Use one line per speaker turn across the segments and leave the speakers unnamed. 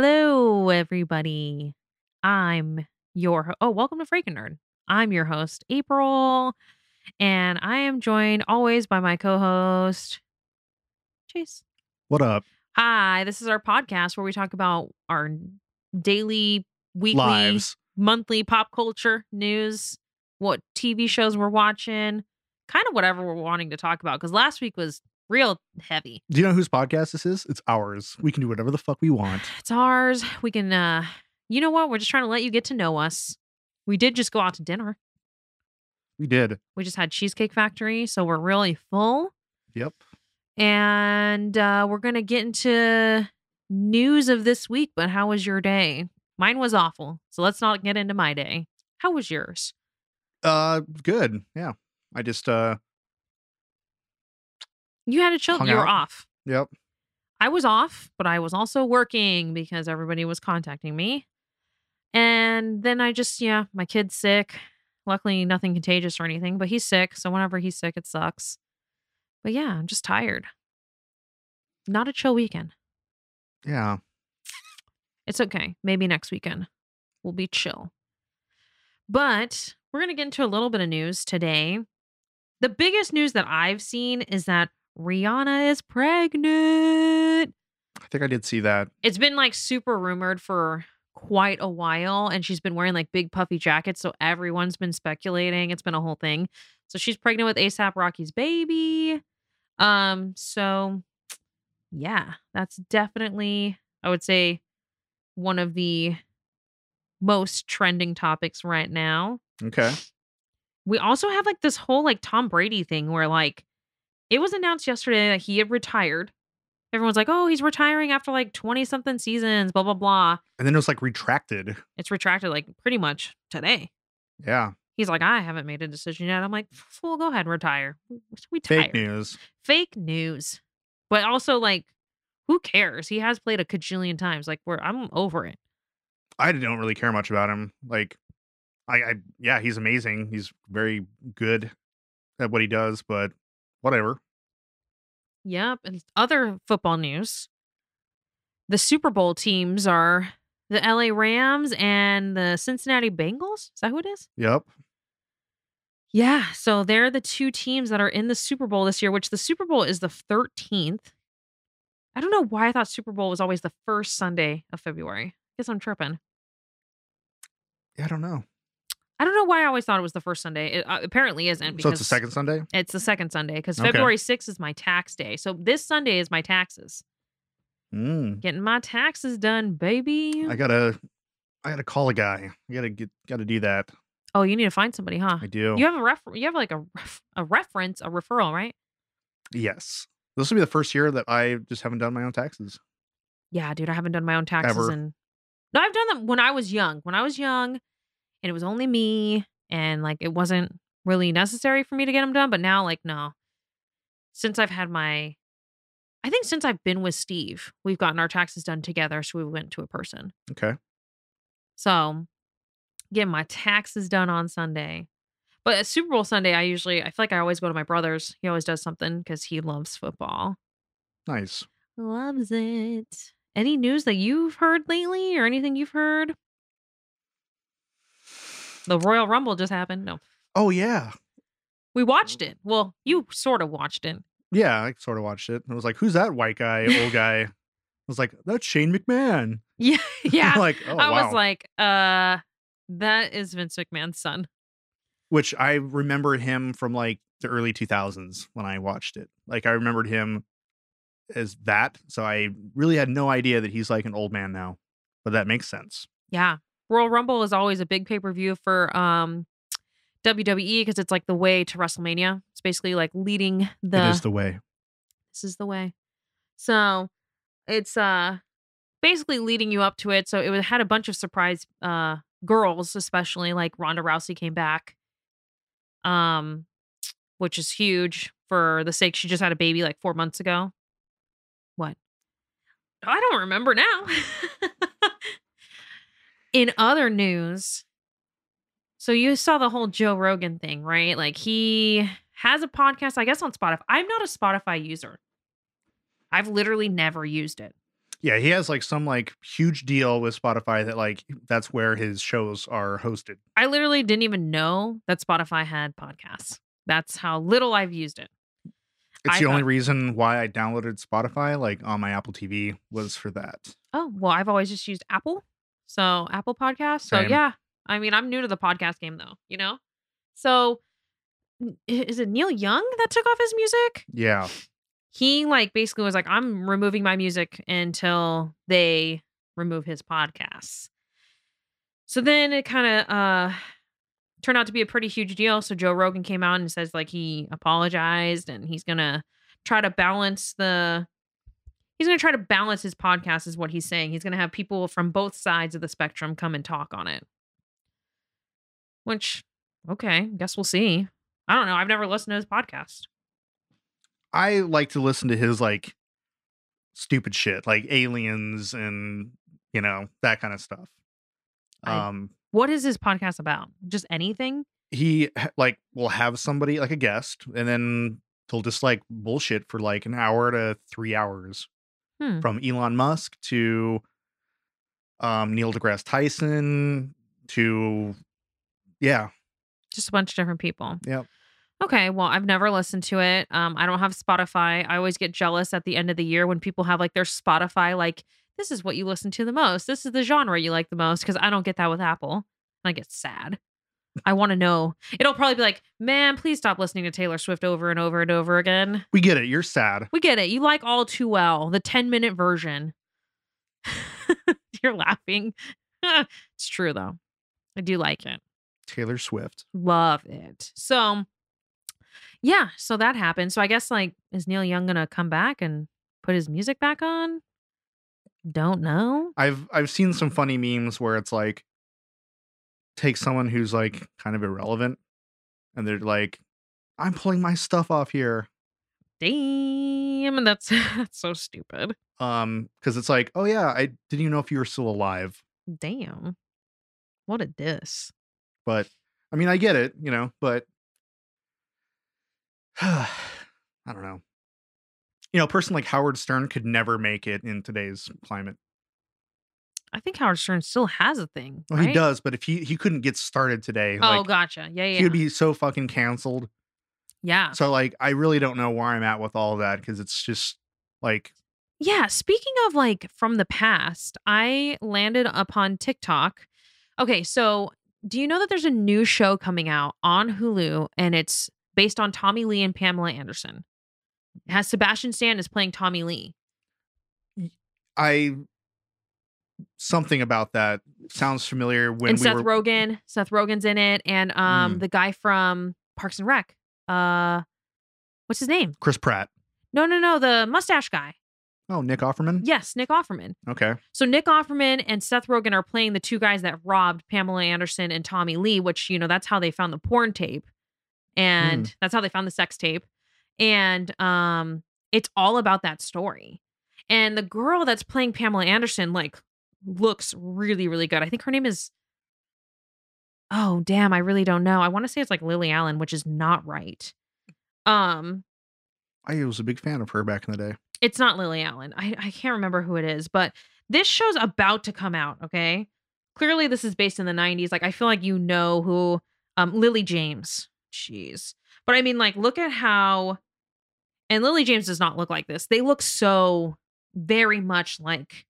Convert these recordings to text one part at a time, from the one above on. Hello, everybody. I'm your ho- oh, welcome to Freaking Nerd. I'm your host, April, and I am joined always by my co-host, Chase.
What up?
Hi, this is our podcast where we talk about our daily, weekly,
Lives.
monthly pop culture news, what TV shows we're watching, kind of whatever we're wanting to talk about. Because last week was real heavy.
Do you know whose podcast this is? It's ours. We can do whatever the fuck we want.
It's ours. We can uh you know what? We're just trying to let you get to know us. We did just go out to dinner.
We did.
We just had Cheesecake Factory, so we're really full.
Yep.
And uh we're gonna get into news of this week, but how was your day? Mine was awful. So let's not get into my day. How was yours?
Uh good. Yeah. I just uh
You had a chill
Hung
you were
out.
off.
yep.
I was off, but I was also working because everybody was contacting me. And then I just, yeah, my kid's sick. Luckily, nothing contagious or anything, but he's sick. So whenever he's sick, it sucks. But yeah, I'm just tired. Not a chill weekend.
Yeah.
It's okay. Maybe next weekend we'll be chill. But we're going to get into a little bit of news today. The biggest news that I've seen is that Rihanna is pregnant.
I think I did see that.
it's been like super rumored for quite a while and she's been wearing like big puffy jackets so everyone's been speculating it's been a whole thing so she's pregnant with asap rocky's baby um so yeah that's definitely i would say one of the most trending topics right now
Okay.
we also have like this whole like Tom Brady thing where like it was announced yesterday that he had retired. Everyone's like, oh, he's retiring after like 20 something seasons, blah, blah, blah.
And then it was like retracted.
It's retracted like pretty much today.
Yeah.
He's like, I haven't made a decision yet. I'm like, fool, go ahead, retire. We tired.
Fake news.
Fake news. But also like, who cares? He has played a cajillion times. Like, we're I'm over it.
I don't really care much about him. Like I, I yeah, he's amazing. He's very good at what he does, but whatever.
Yep. And other football news the Super Bowl teams are the LA Rams and the Cincinnati Bengals. Is that who it is?
Yep.
Yeah. So they're the two teams that are in the Super Bowl this year, which the Super Bowl is the 13th. I don't know why I thought Super Bowl was always the first Sunday of February. guess I'm tripping.
Yeah, I don't know.
I don't know why I always thought it was the first Sunday. It uh, apparently isn't.
So it's the
because-
second Sunday?
It's the second Sunday because
Okay.
February 6th is my tax day. So this Sunday is my taxes.
Mm.
Getting my taxes done, baby.
I gotta I gotta call a guy. I gotta get gotta do that.
Oh, you need to find somebody, huh?
I do.
You have a ref. You have like a ref- a reference, a referral, right?
Yes. This will be the first year that I just haven't done my own taxes.
Yeah, dude, I haven't done my own taxes
Ever.
in. No, I've done them when I was young. When I was young, and it was only me, and like it wasn't really necessary for me to get them done. But now, like, no. Since I've had my, I think since I've been with Steve, we've gotten our taxes done together. So we went to a person.
Okay.
So getting my taxes done on Sunday. But at Super Bowl Sunday, I usually I feel like I always go to my brother's. He always does something because he loves football.
Nice.
Loves it. Any news that you've heard lately or anything you've heard? The Royal Rumble just happened. No.
Oh yeah.
We watched it. Well, you sort of watched it.
Yeah, I sort of watched it. I was like, who's that white guy, old guy? I was like, that's Shane McMahon.
Yeah. Yeah.
like, oh
I
wow.
was like, uh, that is Vince McMahon's son.
Which I remember him from like the early 2000s when I watched it. Like I remembered him as that. So I really had no idea that he's like an old man now. But that makes sense.
Yeah. Royal Rumble is always a big pay-per-view for um WWE because it's like the way to WrestleMania. It's basically like leading
it is the way.
this is the way. So it's uh basically leading you up to it. So it was- had a bunch of surprise uh girls, especially like Ronda Rousey came back. Um which is huge for the sake she just had a baby like four months ago. What? I don't remember now. In other news, so you saw the whole Joe Rogan thing, right? Like he has a podcast, I guess, on Spotify. I'm not a Spotify user. I've literally never used it.
Yeah, he has like some like huge deal with Spotify that like that's where his shows are hosted.
I literally didn't even know that Spotify had podcasts. That's how little I've used it.
It's
I
the only
thought-
reason why I downloaded Spotify like on my Apple TV was for that.
Oh, well, I've always just used Apple. So Apple Podcast. So
Same.
yeah. I mean, I'm new to the podcast game though, you know? So n- is it Neil Young that took off his music?
Yeah.
He like basically was like, I'm removing my music until they remove his podcasts. So then it kind of uh turned out to be a pretty huge deal. So Joe Rogan came out and says like he apologized and he's gonna try to balance the he's gonna try to balance his podcast is what he's saying. He's gonna have people from both sides of the spectrum come and talk on it. Which, okay, guess we'll see. I don't know. I've never listened to his podcast.
I like to listen to his like stupid shit, like aliens and you know, that kind of stuff.
I-
Um
What is his podcast about? Just anything?
he ha- like will have somebody like a guest and then he'll just like bullshit for like an hour to 3 hours
Hmm.
from Elon Musk to um Neil deGrasse Tyson to yeah,
Just a bunch of different people.
Yep.
Okay, well, I've never listened to it. Um, I don't have Spotify. I always get jealous at the end of the year when people have like their Spotify, like, this is what you listen to the most. This is the genre you like the most, because I don't get that with Apple. And I get sad. I want to know. It'll probably be like, man, please stop listening to Taylor Swift over and over and over again.
we get it. You're sad.
We get it. You like all too well, the 10 minute version. You're laughing. it's true, though. I do like it.
Taylor Swift.
Love it. So, yeah, so that happened. So, I guess, like, is Neil Young going to come back and put his music back on? Don't know.
I've I've seen some funny memes where it's like take someone who's like kind of irrelevant and they're like I'm pulling my stuff off here.
Damn. That's, that's so stupid.
Um cuz it's like, "Oh yeah, I didn't even know if you were still alive."
Damn. What a diss.
But I mean, I get it, you know, but I don't know. You know, a person like Howard Stern could never make it in today's climate.
I think Howard Stern still has a thing.
Well, Oh, he
right?
does, but if he he couldn't get started today,
Oh,
like
gotcha. Yeah,
he
yeah.
would be so fucking canceled.
yeah.
So like I really don't know where I'm at with all that because it's just like
Yeah, speaking of like from the past, I landed upon TikTok. Okay, so do you know that there's a new show coming out on Hulu and it's based on Tommy Lee and Pamela Anderson? It has Sebastian Stan is playing Tommy Lee.
I something about that sounds familiar when
and
we
Seth
were
Rogen, Seth Rogen's in it and um
Mm.
the guy from Parks and Rec. Uh what's his name?
Chris Pratt.
No, no, no, the mustache guy.
Oh, Nick Offerman?
Yes, Nick Offerman.
Okay.
So Nick Offerman and Seth Rogen are playing the two guys that robbed Pamela Anderson and Tommy Lee, which you know that's how they found the porn tape, and that's how they found the sex tape, and um, it's all about that story. And the girl that's playing Pamela Anderson like looks really really good. I think her name is. Oh damn! I really don't know. I want to say it's like Lily Allen, which is not right. Um,
I was a big fan of her back in the day.
it's not Lily Allen. I, I can't remember who it is, but this show's about to come out, okay? Clearly this is based in the 90s. Like I feel like you know who um Lily James. Jeez. But I mean like look at how and Lily James does not look like this. They look so very much like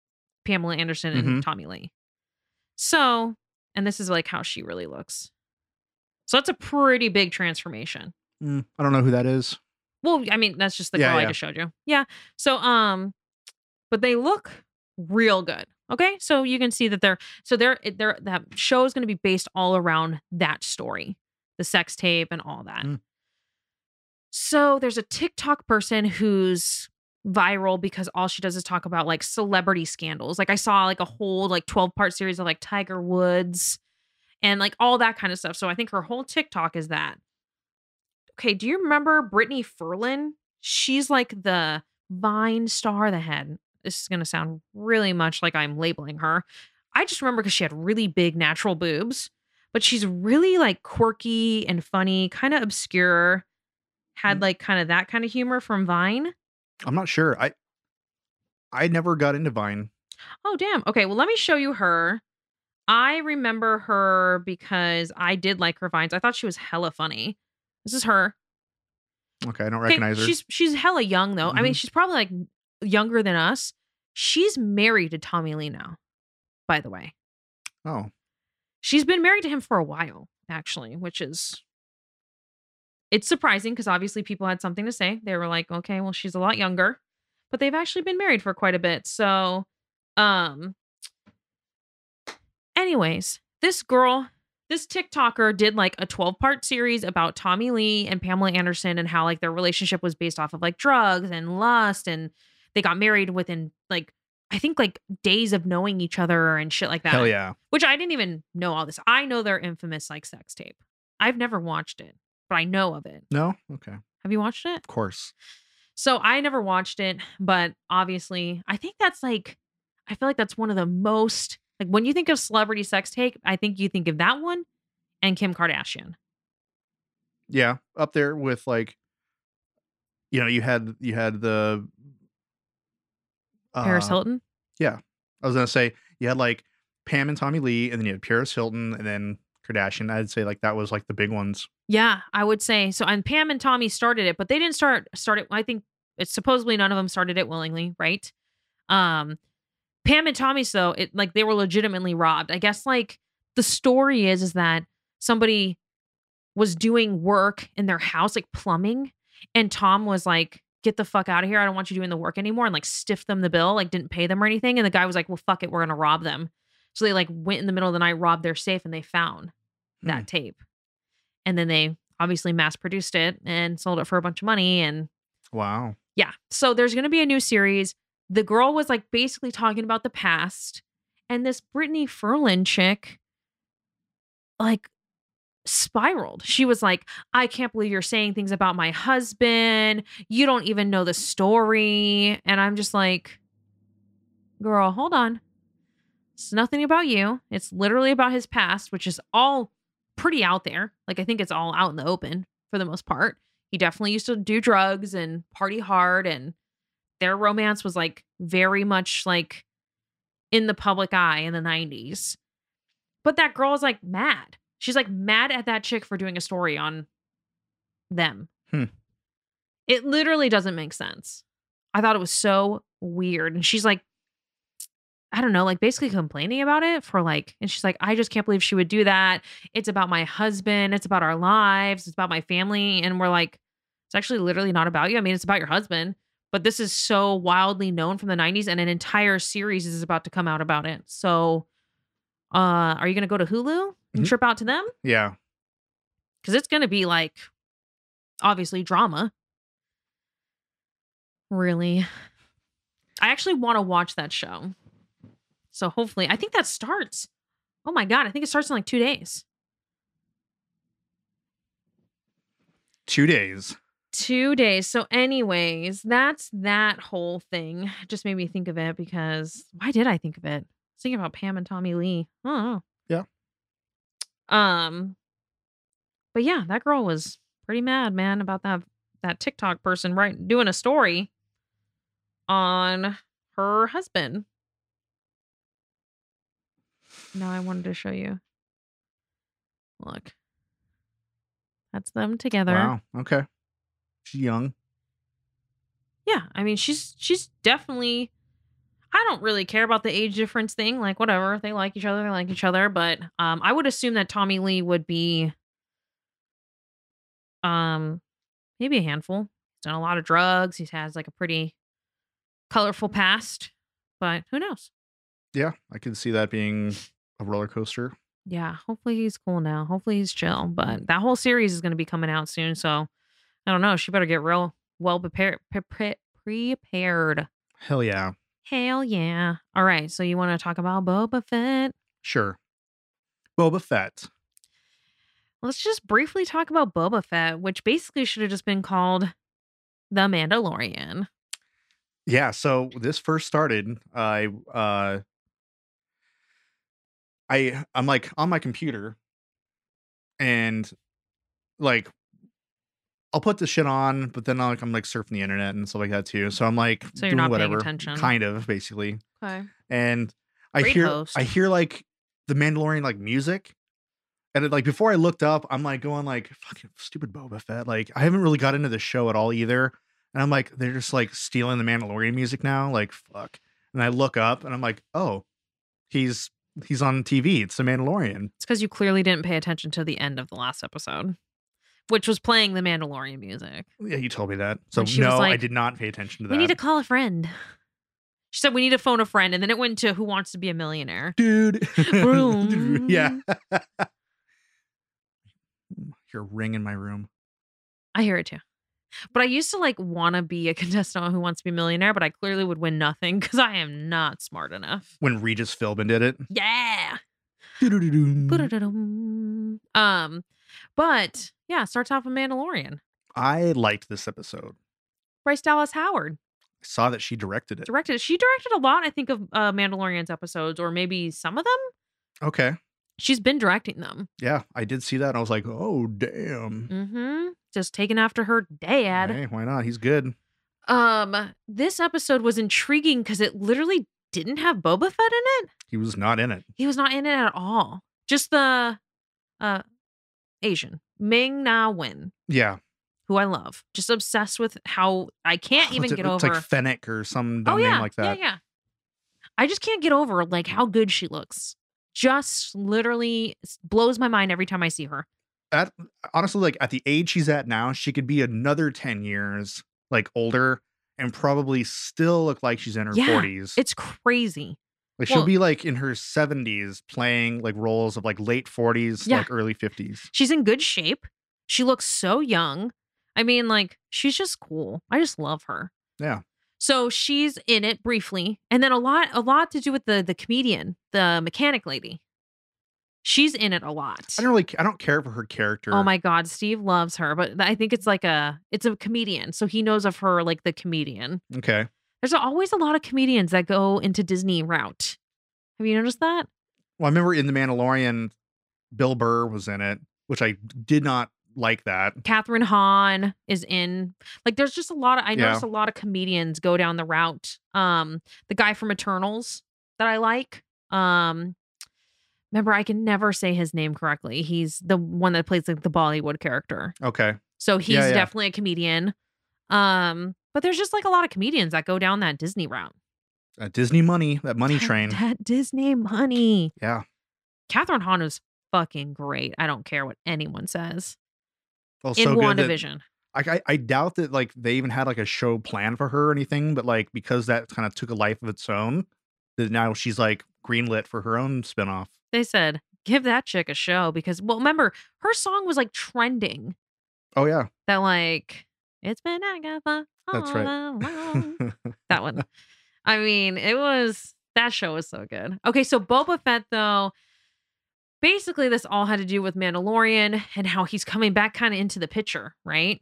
Pamela Anderson and
Mhm.
Tommy Lee. So, and this is like how she really looks. So that's a pretty big transformation.
Mm, I don't know who that is.
Well, I mean, that's just the
Yeah,
girl I
yeah.
just showed you. Yeah. So, um, but they look real good. Okay, so you can see that they're so they're they're that show is going to be based all around that story, the sex tape and all that.
Mm.
So there's a TikTok person who's viral because all she does is talk about like celebrity scandals. Like I saw like a whole like 12 part series of like Tiger Woods and like all that kind of stuff. So I think her whole TikTok is that okay, do you remember Brittany Ferlin? She's like the Vine star that had. This is going to sound really much like I'm labeling her. I just remember because she had really big natural boobs, but she's really like quirky and funny, kind of obscure, had like kind of that kind of humor from Vine.
I'm not sure. I I never got into Vine.
Oh, damn. Okay. Well, let me show you her. I remember her because I did like her vines. I thought she was hella funny. This is her.
Okay, I don't
Okay,
recognize her. Mm-hmm.
She's she's hella young though. I mean, she's probably like younger than us. She's married to Tommy Lee now, by the way.
oh,
She's been married to him for a while, actually, which is it's surprising because obviously people had something to say. They were like, okay, well, she's a lot younger, but they've actually been married for quite a bit. So, um, anyways, this girl, this TikToker did like a 12 part series about Tommy Lee and Pamela Anderson and how like their relationship was based off of like drugs and lust. And they got married within like, I think like days of knowing each other and shit like that
hell yeah.
which I didn't even know all this. I know their infamous like sex tape. I've never watched it, but I know of it.
No? Okay. Of
Have you watched it?
course.
So I never watched it, but obviously, I think that's like, I feel like that's one of the most like when you think of celebrity sex tape, I think you think of that one and Kim Kardashian.
Yeah. Up there with like you know, you had you had the uh,
Paris Hilton.
I was gonna say you had like Pam and Tommy Lee, and then you had Paris Hilton and then Kardashian. I'd say like that was like the big ones.
Yeah, I would say so. And Pam and Tommy started it, but they didn't start start it. I think it's supposedly none of them started it willingly, right? Um, Pam and Tommy's though, it like they were legitimately robbed. I guess like the story is is that somebody was doing work in their house, like plumbing, and Tom was like, "Get the fuck out of here! I don't want you doing the work anymore," and like stiffed them the bill, like didn't pay them or anything. And the guy was like, "Well, fuck it, we're gonna rob them." So they like went in the middle of the night, robbed their safe, and they found that
Hmm.
tape. And then they obviously mass produced it and sold it for a bunch of money. And
Wow.
yeah, so there's going to be a new series. The girl was like basically talking about the past. And this Brittany Ferlin chick, like, spiraled. She was like, I can't believe you're saying things about my husband. You don't even know the story. And I'm just like, girl, hold on. It's nothing about you. It's literally about his past, which is all pretty out there. Like, I think it's all out in the open for the most part. He definitely used to do drugs and party hard, and their romance was like very much like in the public eye in the 90s. But that girl is like mad. She's like mad at that chick for doing a story on them.
Hmm.
It literally doesn't make sense. I thought it was so weird. And she's like, I don't know, like basically complaining about it for like, and she's like, I just can't believe she would do that. It's about my husband. It's about our lives. It's about my family. And we're like, it's actually literally not about you. I mean, it's about your husband, but this is so wildly known from the 90s, and an entire series is about to come out about it. So, uh, are you going to go to Hulu and
Mhm.
trip out to them?
Yeah.
because it's going to be like obviously drama. Really, I actually want to watch that show. So hopefully, I think that starts. Oh my god, I think it starts in like two days.
Two days.
Two days. So, anyways, that's that whole thing. It just made me think of it because why did I think of it? I was thinking about Pam and Tommy Lee. Oh.
Yeah.
Um. But yeah, that girl was pretty mad, man, about that that TikTok person right doing a story on her husband. Now I wanted to show you. Look. That's them together.
Wow. Okay. She's young.
yeah i mean she's she's definitely i don't really care about the age difference thing like whatever If they like each other they like each other but um i would assume that tommy lee would be um maybe a handful he's done a lot of drugs he has like a pretty colorful past but who knows
Yeah. I could see that being a roller coaster.
yeah hopefully he's cool now hopefully he's chill but that whole series is going to be coming out soon so i don't know she better get real well prepared pre- prepared
Hell yeah.
Hell yeah. All right. So you want to talk about Boba Fett?
Sure. Boba Fett.
Let's just briefly talk about Boba Fett, which basically should have just been called The Mandalorian.
Yeah, so this first started, I uh I I'm like on my computer and like I'll put this shit on, but then I'll, like, I'm like surfing the internet and stuff like that too. So I'm like
So you're
doing
not paying
whatever,
attention.
kind of basically.
Okay.
And I
Great
hear
host.
I hear like the Mandalorian like music, and it, like before I looked up, I'm like going like fucking stupid Boba Fett. Like I haven't really got into the show at all either, and I'm like they're just like stealing the Mandalorian music now. Like fuck. And I look up and I'm like, oh, he's he's on TV. It's the Mandalorian.
It's because you clearly didn't pay attention to the end of the last episode, which was playing the Mandalorian music.
Yeah, you told me that. So
And she was
no, I
like,
did not pay attention to that.
We need to call a friend. She said we need to phone a friend, and then it went to Who Wants to Be a Millionaire.
dude.
Vroom.
yeah. Hear a ring in my room.
I hear it too. But I used to like want to be a contestant on Who Wants to Be a Millionaire, but I clearly would win nothing because I am not smart enough.
When Regis Philbin did it.
Yeah.
Doo-doo-doo-doo.
Ba-da-da-dum. Um, but yeah, starts off with Mandalorian.
I liked this episode.
Bryce Dallas Howard
I saw that she directed it.
directed. She directed a lot, I think, of uh, Mandalorian's episodes, or maybe some of them.
Okay.
She's been directing them.
Yeah, I did see that. And I was like, oh, damn.
Mm-hmm. Just taking after her dad.
Hey, why not? He's good.
Um, this episode was intriguing because it literally didn't have Boba Fett in it.
He was not in it.
He was not in it at all. Just the uh Asian Ming Na Wen,
Yeah.
who I love. Just obsessed with how I can't even
it's,
get
it's
over.
Oh, like Fennec or some dumb
oh yeah,
name like that.
yeah, yeah. I just can't get over like how good she looks. Just literally s- blows my mind every time I see her.
Honestly, like at the age she's at now, she could be another 10 years, like older, and probably still look like she's in her
Yeah,
40s.
It's crazy.
Like she'll
Well-
be like in her 70s playing like roles of like late 40s,
Yeah.
like early 50s.
She's in good shape. She looks so young. I mean, like, she's just cool. I just love her.
Yeah.
So she's in it briefly. And then a lot, a lot to do with the the comedian, the mechanic lady. She's in it a lot.
I don't really I don't care for her character.
Oh my God, Steve loves her, but I think it's like a it's a comedian. So he knows of her like the comedian.
Okay.
There's always a lot of comedians that go into Disney route. Have you noticed that?
Well, I remember in The Mandalorian, Bill Burr was in it, which I did not like that.
Catherine Hahn is in. Like, there's just a lot of I
Yeah.
noticed a lot of comedians go down the route. Um, the guy from Eternals that I like. Um, remember I can never say his name correctly. He's the one that plays like the Bollywood character.
Okay.
So he's
Yeah, yeah.
definitely a comedian. Um, but there's just like a lot of comedians that go down that Disney route.
That Disney money, that money train.
That Disney money.
Yeah.
Catherine Hahn is fucking great. I don't care what anyone says.
Well,
in
so good that,
WandaVision.
like, I, I doubt that like they even had like a show planned for her or anything, but like because that kind of took a life of its own, that now she's like greenlit for her own spinoff.
they said give that chick a show because well remember her song was like trending
Oh yeah.
that like it's been Agatha all
That's right.
along. that one i mean it was that show was so good okay so boba fett though basically this all had to do with mandalorian and how he's coming back kind of into the picture right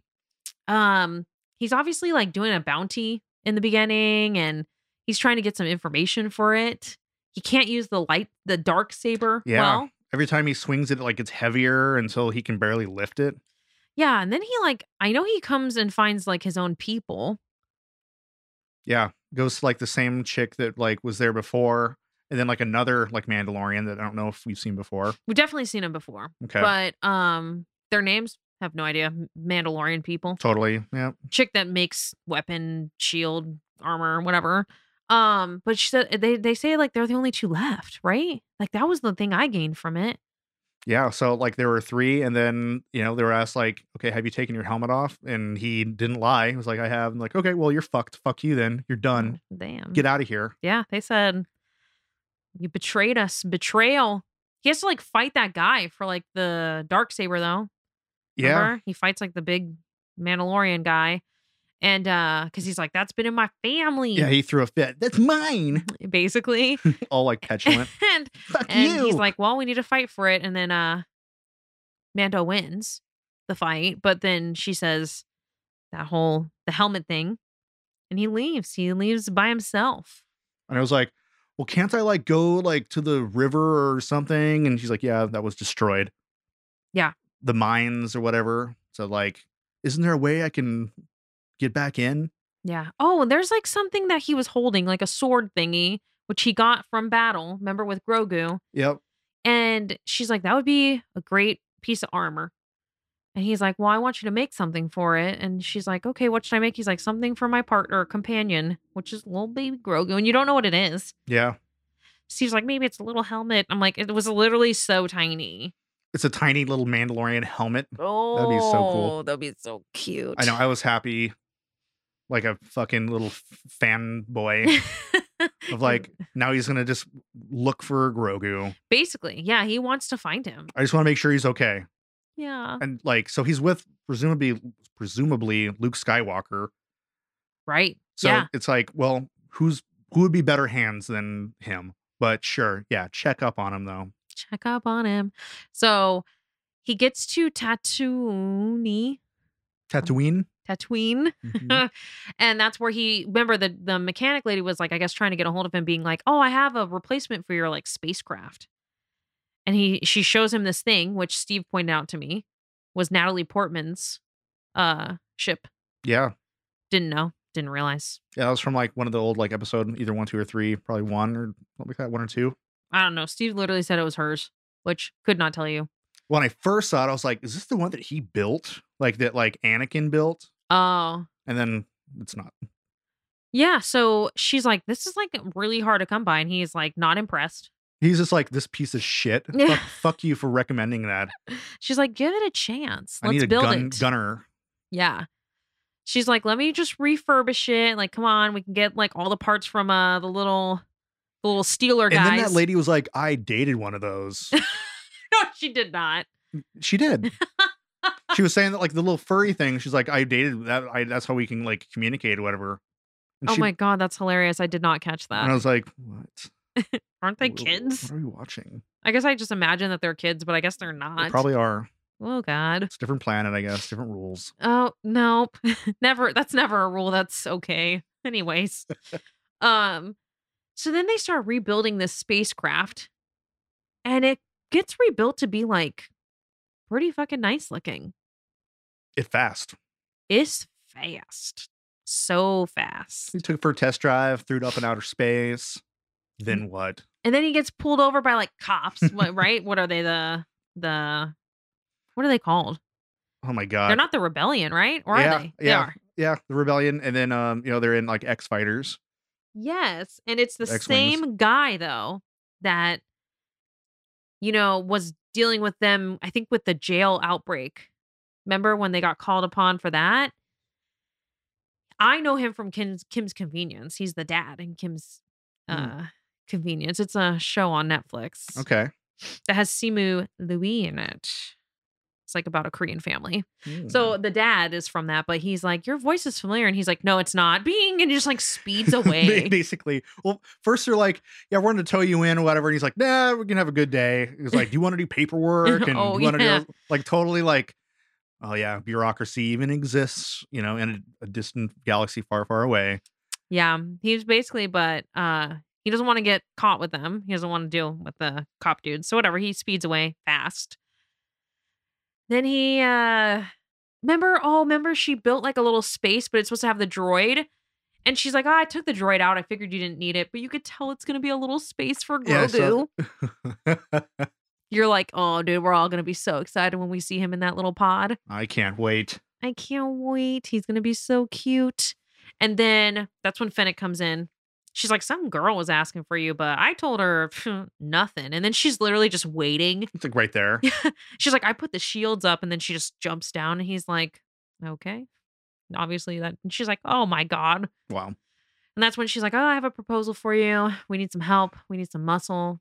um he's obviously like doing a bounty in the beginning and he's trying to get some information for it he can't use the light the dark saber
Yeah.
well
Every time he swings it, like it's heavier until he can barely lift it.
Yeah, and then he like I know he comes and finds like his own people.
Yeah, goes to like the same chick that like was there before, and then like another like Mandalorian that I don't know if we've seen before.
We've definitely seen him before,
Okay,
but um, their names have no idea. M- Mandalorian people,
totally. Yeah,
chick that makes weapon, shield, armor, whatever. Um, but she said they they say like they're the only two left, right? Like that was the thing I gained from it.
yeah. So like there were three, and then you know they were asked like, okay, have you taken your helmet off? And he didn't lie. He was like, I have. And like, okay, well you're fucked. Fuck you then. You're done.
Damn.
Get out of here.
Yeah, they said you betrayed us. Betrayal. He has to like fight that guy for like the dark saber though.
Yeah,
Remember? He fights like the big Mandalorian guy. And uh cuz he's like that's been in my family
yeah. He threw a fit. That's mine.
basically.
All like petulant.
and
Fuck
and
you.
he's like, "Well, we need to fight for it." And then uh Mando wins the fight, but then she says that whole the helmet thing and he leaves. He leaves by himself.
and I was like, well, can't I like go like to the river or something? And she's like, yeah, that was destroyed.
Yeah.
The mines or whatever. So like isn't there a way I can get back in?
Yeah. Oh, and there's like something that he was holding, like a sword thingy, which he got from battle, remember with Grogu.
Yep.
And she's like, that would be a great piece of armor. And he's like, well, I want you to make something for it. And she's like, okay, what should I make? He's like, something for my partner, or companion, which is little baby Grogu. And you don't know what it is.
Yeah.
Steve's like, maybe it's a little helmet. I'm like, it was literally so tiny.
It's a tiny little Mandalorian helmet.
Oh,
be so cool.
That'd be so cute.
I know. I was happy, like a fucking little fanboy of like, now he's going to just look for Grogu.
Basically, yeah, he wants to find him.
I just want to make sure he's okay.
Yeah.
And like, so he's with presumably, presumably Luke Skywalker.
Right.
So
yeah.
it's like, well, who's, who would be better hands than him? But sure. Yeah. Check up on him though.
Check up on him. So he gets to Tatooine.
Tatooine.
Tatooine.
Mhm.
and that's where he remember the the mechanic lady was like i guess trying to get a hold of him being like oh i have a replacement for your like spacecraft and he she shows him this thing which steve pointed out to me was natalie portman's uh ship
yeah.
didn't know didn't realize
Yeah. That was from like one of the old like episode, either one, two, or three, probably one or something like that, one or two.
i don't know steve literally said it was hers which could not tell you
when I first saw it, I was like, "Is this the one that he built? Like that? Like Anakin built?"
oh
And then it's not.
yeah so she's like this is like really hard to come by and he's like not impressed
He's just like this piece of shit.
Yeah.
Fuck, fuck you for recommending that.
she's like give it a chance
I
let's
need a
build
gun,
it
gunner.
Yeah. She's like, let me just refurbish it. Like, come on, we can get like all the parts from uh the little the little stealer
And
guys.
then that lady was like, "I dated one of those."
no, she did not.
she did. She was saying that like the little furry thing. She's like, "I dated that. I, that's how we can like communicate, or whatever." And
oh
she-
my god, that's hilarious. I did not catch
And I
that.
was like, "What?
Aren't they
Wh-
kids?
What are we watching?
I guess I just imagine that they're kids, but I guess they're
They
not.
probably are.
Oh god.
It's a different planet, I guess. Different rules.
Oh, nope. never that's never a rule that's okay. Anyways. um so then they start rebuilding this spacecraft and it gets rebuilt to be like pretty fucking nice looking.
It fast.
It's fast. So fast.
He took it for a test drive, threw it up in outer space.
Hmm.
Then what?
And then he gets pulled over by like cops, what, right? What are they the the what are they called?
Oh my god.
They're not the rebellion, right? Or
yeah,
are they? They
yeah.
are.
yeah, the rebellion and then um you know they're in like X fighters.
Yes, and it's the
X-Wings.
same guy though that you know was dealing with them I think with the jail outbreak. Remember when they got called upon for that? I know him from Kim's, Kim's Convenience. He's the dad in Kim's
Hmm.
uh Convenience. It's a show on Netflix
Okay.
that has Simu Louis in it. It's like about a Korean family.
Mm-hmm. Hmm.
So the dad is from that, but he's like, Your voice is familiar. And he's like, No, it's not. Being and he just like speeds
Ba-
away.
Basically, well, first they're like, "Yeah, we're going to tow you in, or whatever." And he's like, "Nah, we're gonna have a good day." He's like, "Do you want to do paperwork?" And
Oh,
you want to
yeah.
do like totally like, "Oh yeah, bureaucracy even exists," you know, in a, a distant galaxy far, far away.
Yeah, he's basically, but uh, he doesn't want to get caught with them. He doesn't want to deal with the cop dudes. So whatever, he speeds away fast. Then he, uh, remember, oh, remember, she built like a little space, but it's supposed to have the droid. And she's like, oh, I took the droid out. I figured you didn't need it, but you could tell it's gonna be a little space for Grogu.
Yeah, so-
You're like, oh, dude, we're all gonna be so excited when we see him in that little pod.
I can't wait.
I can't wait. He's gonna be so cute. And then that's when Fennec comes in. She's like, some girl was asking for you, but I told her "Phew, nothing. And then she's literally just waiting.
It's like right there.
She's like, I put the shields up, and then she just jumps down, and he's like, okay. And obviously that. And she's like, oh my god.
Wow.
And that's when she's like, oh, I have a proposal for you. We need some help. We need some muscle.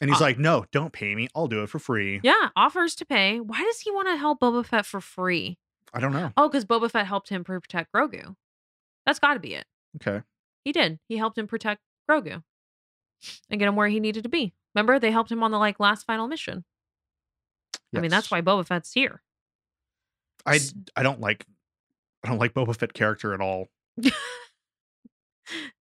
And he's
Uh,
like, "No, don't pay me. I'll do it for free."
Yeah, offers to pay. Why does he want to help Boba Fett for free?
I don't know.
Oh, because Boba Fett helped him protect Grogu. That's got to be it.
Okay.
He did. He helped him protect Grogu and get him where he needed to be. Remember, they helped him on the like last final mission. I mean, that's
Yes.
why Boba Fett's here.
I
S-
I don't like I don't like Boba Fett character at all.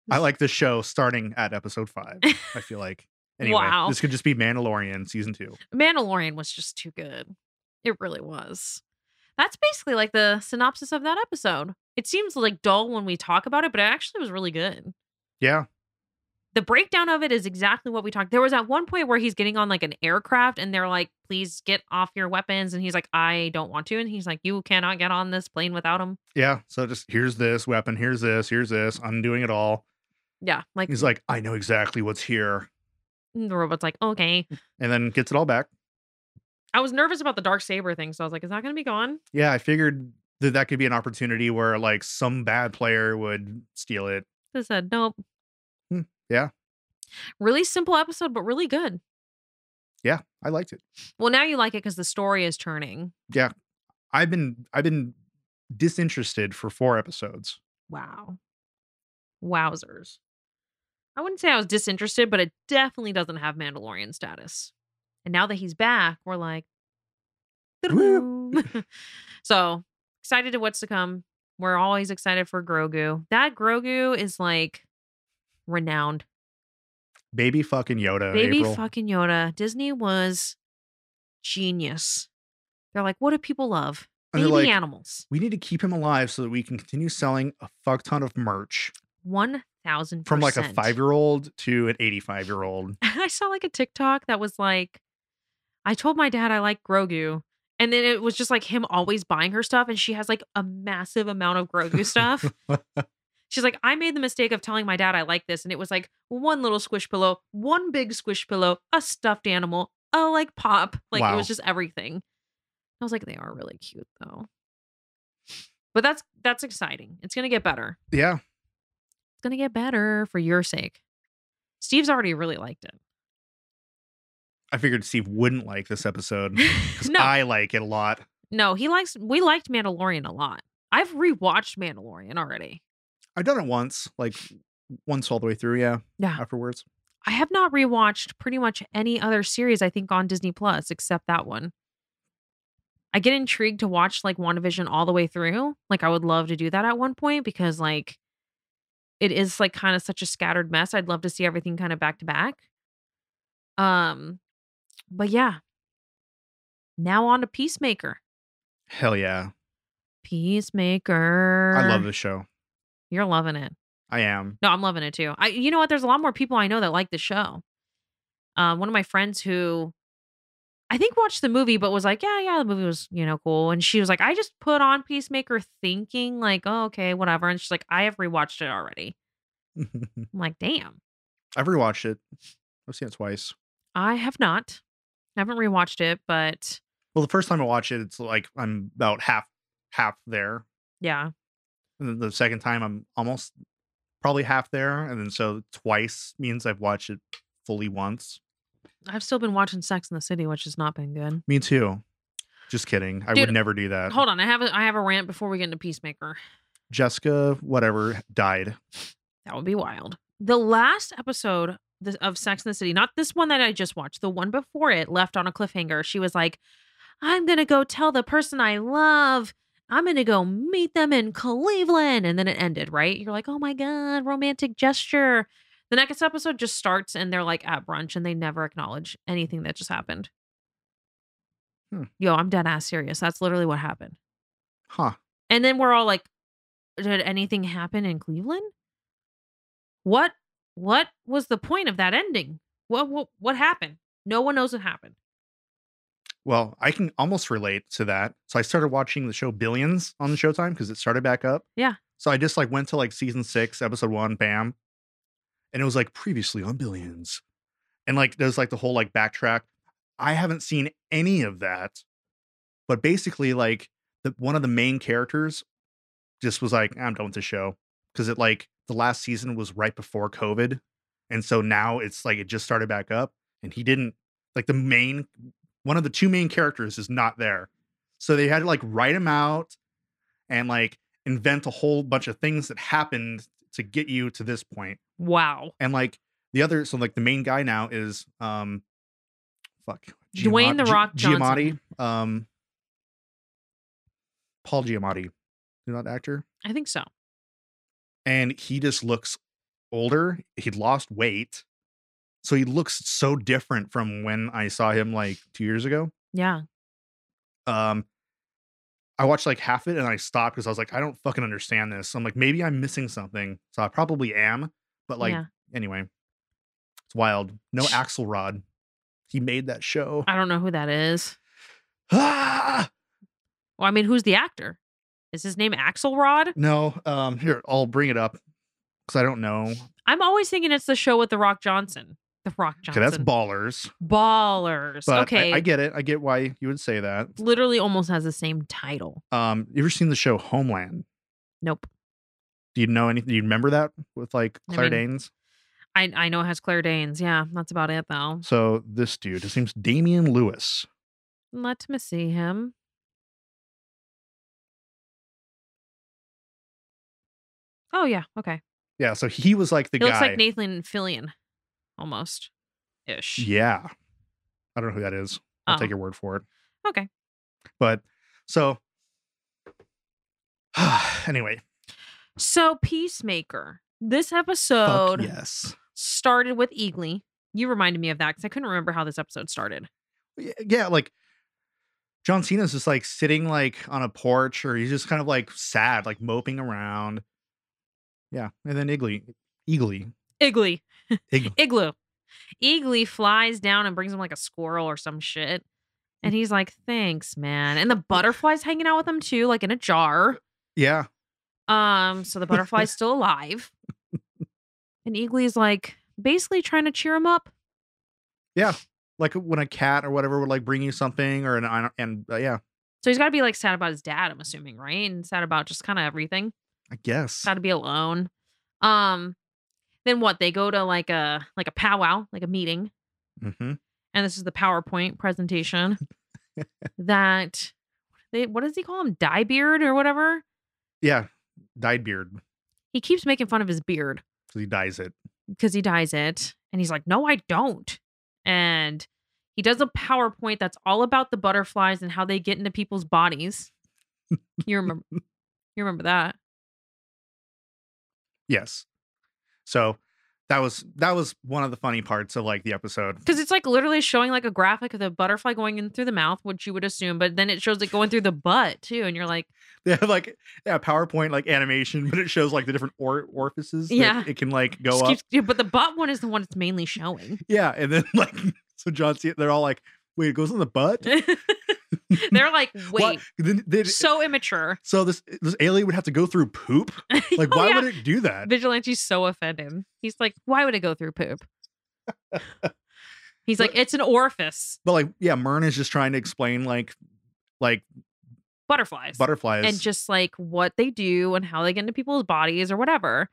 I like this show starting at episode five. I feel like anyway,
Wow.
this could just be Mandalorian season two.
Mandalorian was just too good. It really was. That's basically like the synopsis of that episode. It seems like dull when we talk about it, but it actually was really good.
Yeah.
The breakdown of it is exactly what we talked. There was at one point where he's getting on like an aircraft and they're like, "Please get off your weapons." And he's like, "I don't want to." And he's like, "You cannot get on this plane without them."
Yeah. So just here's this weapon, here's this, here's this. I'm doing it all.
Yeah, like
He's like, I know exactly what's here.
the robot's like, "Okay."
And then gets it all back.
I was nervous about the dark saber thing, so I was like, "Is that going to be gone?"
Yeah. I figured that that could be an opportunity where like some bad player would steal it.
They said, "Nope."
Hmm, yeah.
Really simple episode, but really good.
Yeah. I liked it.
Well, now you like it because the story is turning.
I've been, I've been disinterested for four episodes.
Wow. Wowzers. I wouldn't say I was disinterested, but it definitely doesn't have Mandalorian status. And now that he's back, we're like,
Woo.
"Doo-doo." so excited to what's to come. We're always excited for Grogu. That Grogu is like renowned.
Baby fucking Yoda.
Baby
uh, April.
fucking Yoda. Disney was genius. They're like, what do people love?
And
Baby
they're like,
animals.
we need to keep him alive so that we can continue selling a fuck ton of merch
One thousand
from like a five year old to an 85 year old.
I saw like a TikTok that was like, I told my dad I like Grogu. And then it was just like him always buying her stuff. And she has like a massive amount of Grogu stuff. She's like, I made the mistake of telling my dad I like this. And it was like one little squish pillow, one big squish pillow, a stuffed animal, a like pop. Like it
Wow.
was just everything. I was like, they are really cute though. But that's that's exciting. It's gonna get better.
Yeah.
It's gonna get better for your sake. Steve's already really liked it.
I figured Steve wouldn't like this episode.
no,
I like it a lot.
No, he likes we liked Mandalorian a lot. I've rewatched Mandalorian already.
I've done it once, like once all the way through. Yeah.
Yeah.
Afterwards.
I have not rewatched pretty much any other series I think on Disney Plus except that one. I get intrigued to watch like WandaVision all the way through. Like I would love to do that at one point because like it is like kind of such a scattered mess. I'd love to see everything kind of back to back. Um but yeah. Now on to Peacemaker.
Hell yeah.
Peacemaker.
I love this show.
You're loving it.
I am.
No, I'm loving it too. I, you know what? There's a lot more people I know that like the show. Um, one of my friends who I think watched the movie, but was like, yeah, yeah, the movie was, you know, cool. And she was like, I just put on Peacemaker thinking like, oh, okay, whatever. And she's like, I have rewatched it already. I'm like, damn,
I've rewatched it. I've seen it twice.
I have not. I haven't rewatched it, but
Well, the first time I watch it, it's like I'm about half half there.
yeah,
And then the second time I'm almost probably half there. And then so twice means I've watched it fully once.
I've still been watching Sex in the City, which has not been good.
Me too. Just kidding. I
Dude,
would never do that.
Hold on, I have a, I have a rant before we get into Peacemaker.
Jessica, whatever, died.
That would be wild. The last episode th- of Sex in the City, not this one that I just watched, the one before it, left on a cliffhanger. She was like, I'm going to go tell the person I love. I'm going to go meet them in Cleveland. And then it ended, right? You're like, oh my God, romantic gesture. The next episode just starts and they're like at brunch and they never acknowledge anything that just happened.
Hmm.
Yo, I'm dead ass serious. That's literally what happened.
Huh.
And then we're all like, did anything happen in Cleveland? What what was the point of that ending? What what what happened? No one knows what happened.
Well, I can almost relate to that. So I started watching the show Billions on Showtime because it started back up.
Yeah.
So I just like went to like season six, episode one, bam. And it was like previously on Billions. And like there's like the whole like backtrack. I haven't seen any of that. But basically, like the one of the main characters just was like, I'm done with the show. Cause it like the last season was right before COVID. And so now it's like it just started back up. And he didn't like the main one of the two main characters is not there. So they had to like write him out and like invent a whole bunch of things that happened to get you to this point.
Wow.
And like the other, so like the main guy now is um fuck.
Dwayne
Giamatti-
The Rock
Gi-
Johnson.
Giamatti. Um Paul Giamatti. You know that actor?
I think so.
and he just looks older. He'd lost weight. So he looks so different from when I saw him like two years ago.
Yeah.
Um I watched like half it and I stopped because I was like, I don't fucking understand this. I'm like, maybe I'm missing something. So I probably am. But like,
Yeah.
anyway, it's wild. No Axelrod. He made that show.
I don't know who that is.
Ah!
Well, I mean, who's the actor? Is his name Axelrod?
No. Um, here, I'll bring it up because I don't know.
I'm always thinking it's the show with The Rock Johnson. The Rock
Okay,
Johnson.
that's ballers.
Ballers.
But I-
okay.
I, get it. I get why you would say that.
Literally almost has the same title.
Um, you ever seen the show Homeland?
Nope.
Do you know anything? Do you remember that with like
I
Claire
mean-
Danes?
I, I know it has Claire Danes. Yeah, that's about it though.
So this dude, his name's Damian Lewis.
Let me see him. Oh yeah, okay.
Yeah, so he was like the
he
guy.
looks like Nathan Fillion, almost, ish.
yeah, I don't know who that is. I'll
Oh.
take your word for it.
Okay.
But so anyway,
So Peacemaker. This
fuck
episode
yes,
started with Eagly. You reminded me of that because I couldn't remember how this episode started.
Y- yeah, like. John Cena's just like sitting like on a porch, or he's just kind of like sad, like moping around. Yeah, and then Igly, Igly,
Igly.
Ig-
Igloo. Eagly flies down and brings him like a squirrel or some shit.
Mm.
And he's like, thanks, man. And the butterfly's hanging out with him too, like in a jar.
yeah,
Um, so the butterfly's still alive. And Eagly's like basically trying to cheer him up.
like when a cat or whatever would like bring you something, or an and uh, yeah,
So he's gotta be like sad about his dad, I'm assuming, right? And sad about just kind of everything.
I guess
Sad to be alone. Um, then what? They go to like a like a powwow, like a meeting.
hmm
and this is the PowerPoint presentation that they what does he call him? Dye beard or whatever?
yeah, dyed beard
He keeps making fun of his beard
because he dyes it.
because he dyes it. And he's like, No, I don't. And he does a PowerPoint that's all about the butterflies and how they get into people's bodies. You remember you remember that.
Yes. So that was that was one of the funny parts of like the episode.
Because it's like literally showing like a graphic of the butterfly going in through the mouth, which you would assume, but then it shows it going through the butt too. And you're like,
They have like yeah, PowerPoint like animation, but it shows like the different or- orifices. that
Yeah.
It can like go
just
up.
keeps- yeah, but the butt one is the one it's mainly showing.
Yeah, and then like so John Cena, they're all like, wait, it goes in the butt.
They're like,
Why-
wait,
Then they,
so immature.
so this this alien would have to go through poop. Like,
Oh,
why
yeah.
would it do that?
Vigilante's so offended. He's like, why would it go through poop? He's like, it's an orifice,
But like, yeah, Myrn is just trying to explain like like
butterflies,
butterflies.
and just like what they do and how they get into people's bodies or whatever.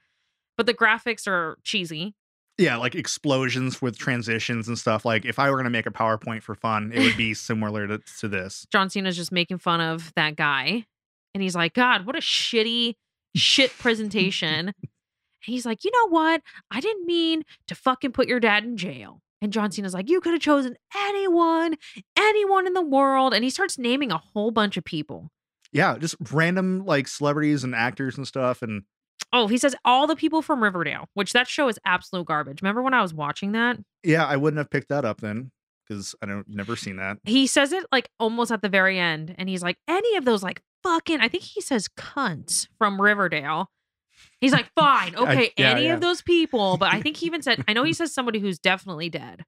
But the graphics are cheesy.
yeah, like explosions with transitions and stuff. Like, if I were gonna make a PowerPoint for fun, it would be similar to, to this.
John Cena's just making fun of that guy, and he's like, God, what a shitty shit presentation. and he's like, you know what? I didn't mean to fucking put your dad in jail. And John Cena's like, you could have chosen anyone, anyone in the world. And he starts naming a whole bunch of people.
Yeah, just random like celebrities and actors and stuff. And
Oh, he says all the people from Riverdale, which that show is absolute garbage. Remember when I was watching that?
yeah, I wouldn't have picked that up then because I don't never seen that.
He says it like almost at the very end. And he's like, any of those like fucking, I think he says cunts from Riverdale. He's like, fine, okay,
yeah,
any
yeah.
of those people. But I think he even said, I know he says somebody who's definitely dead.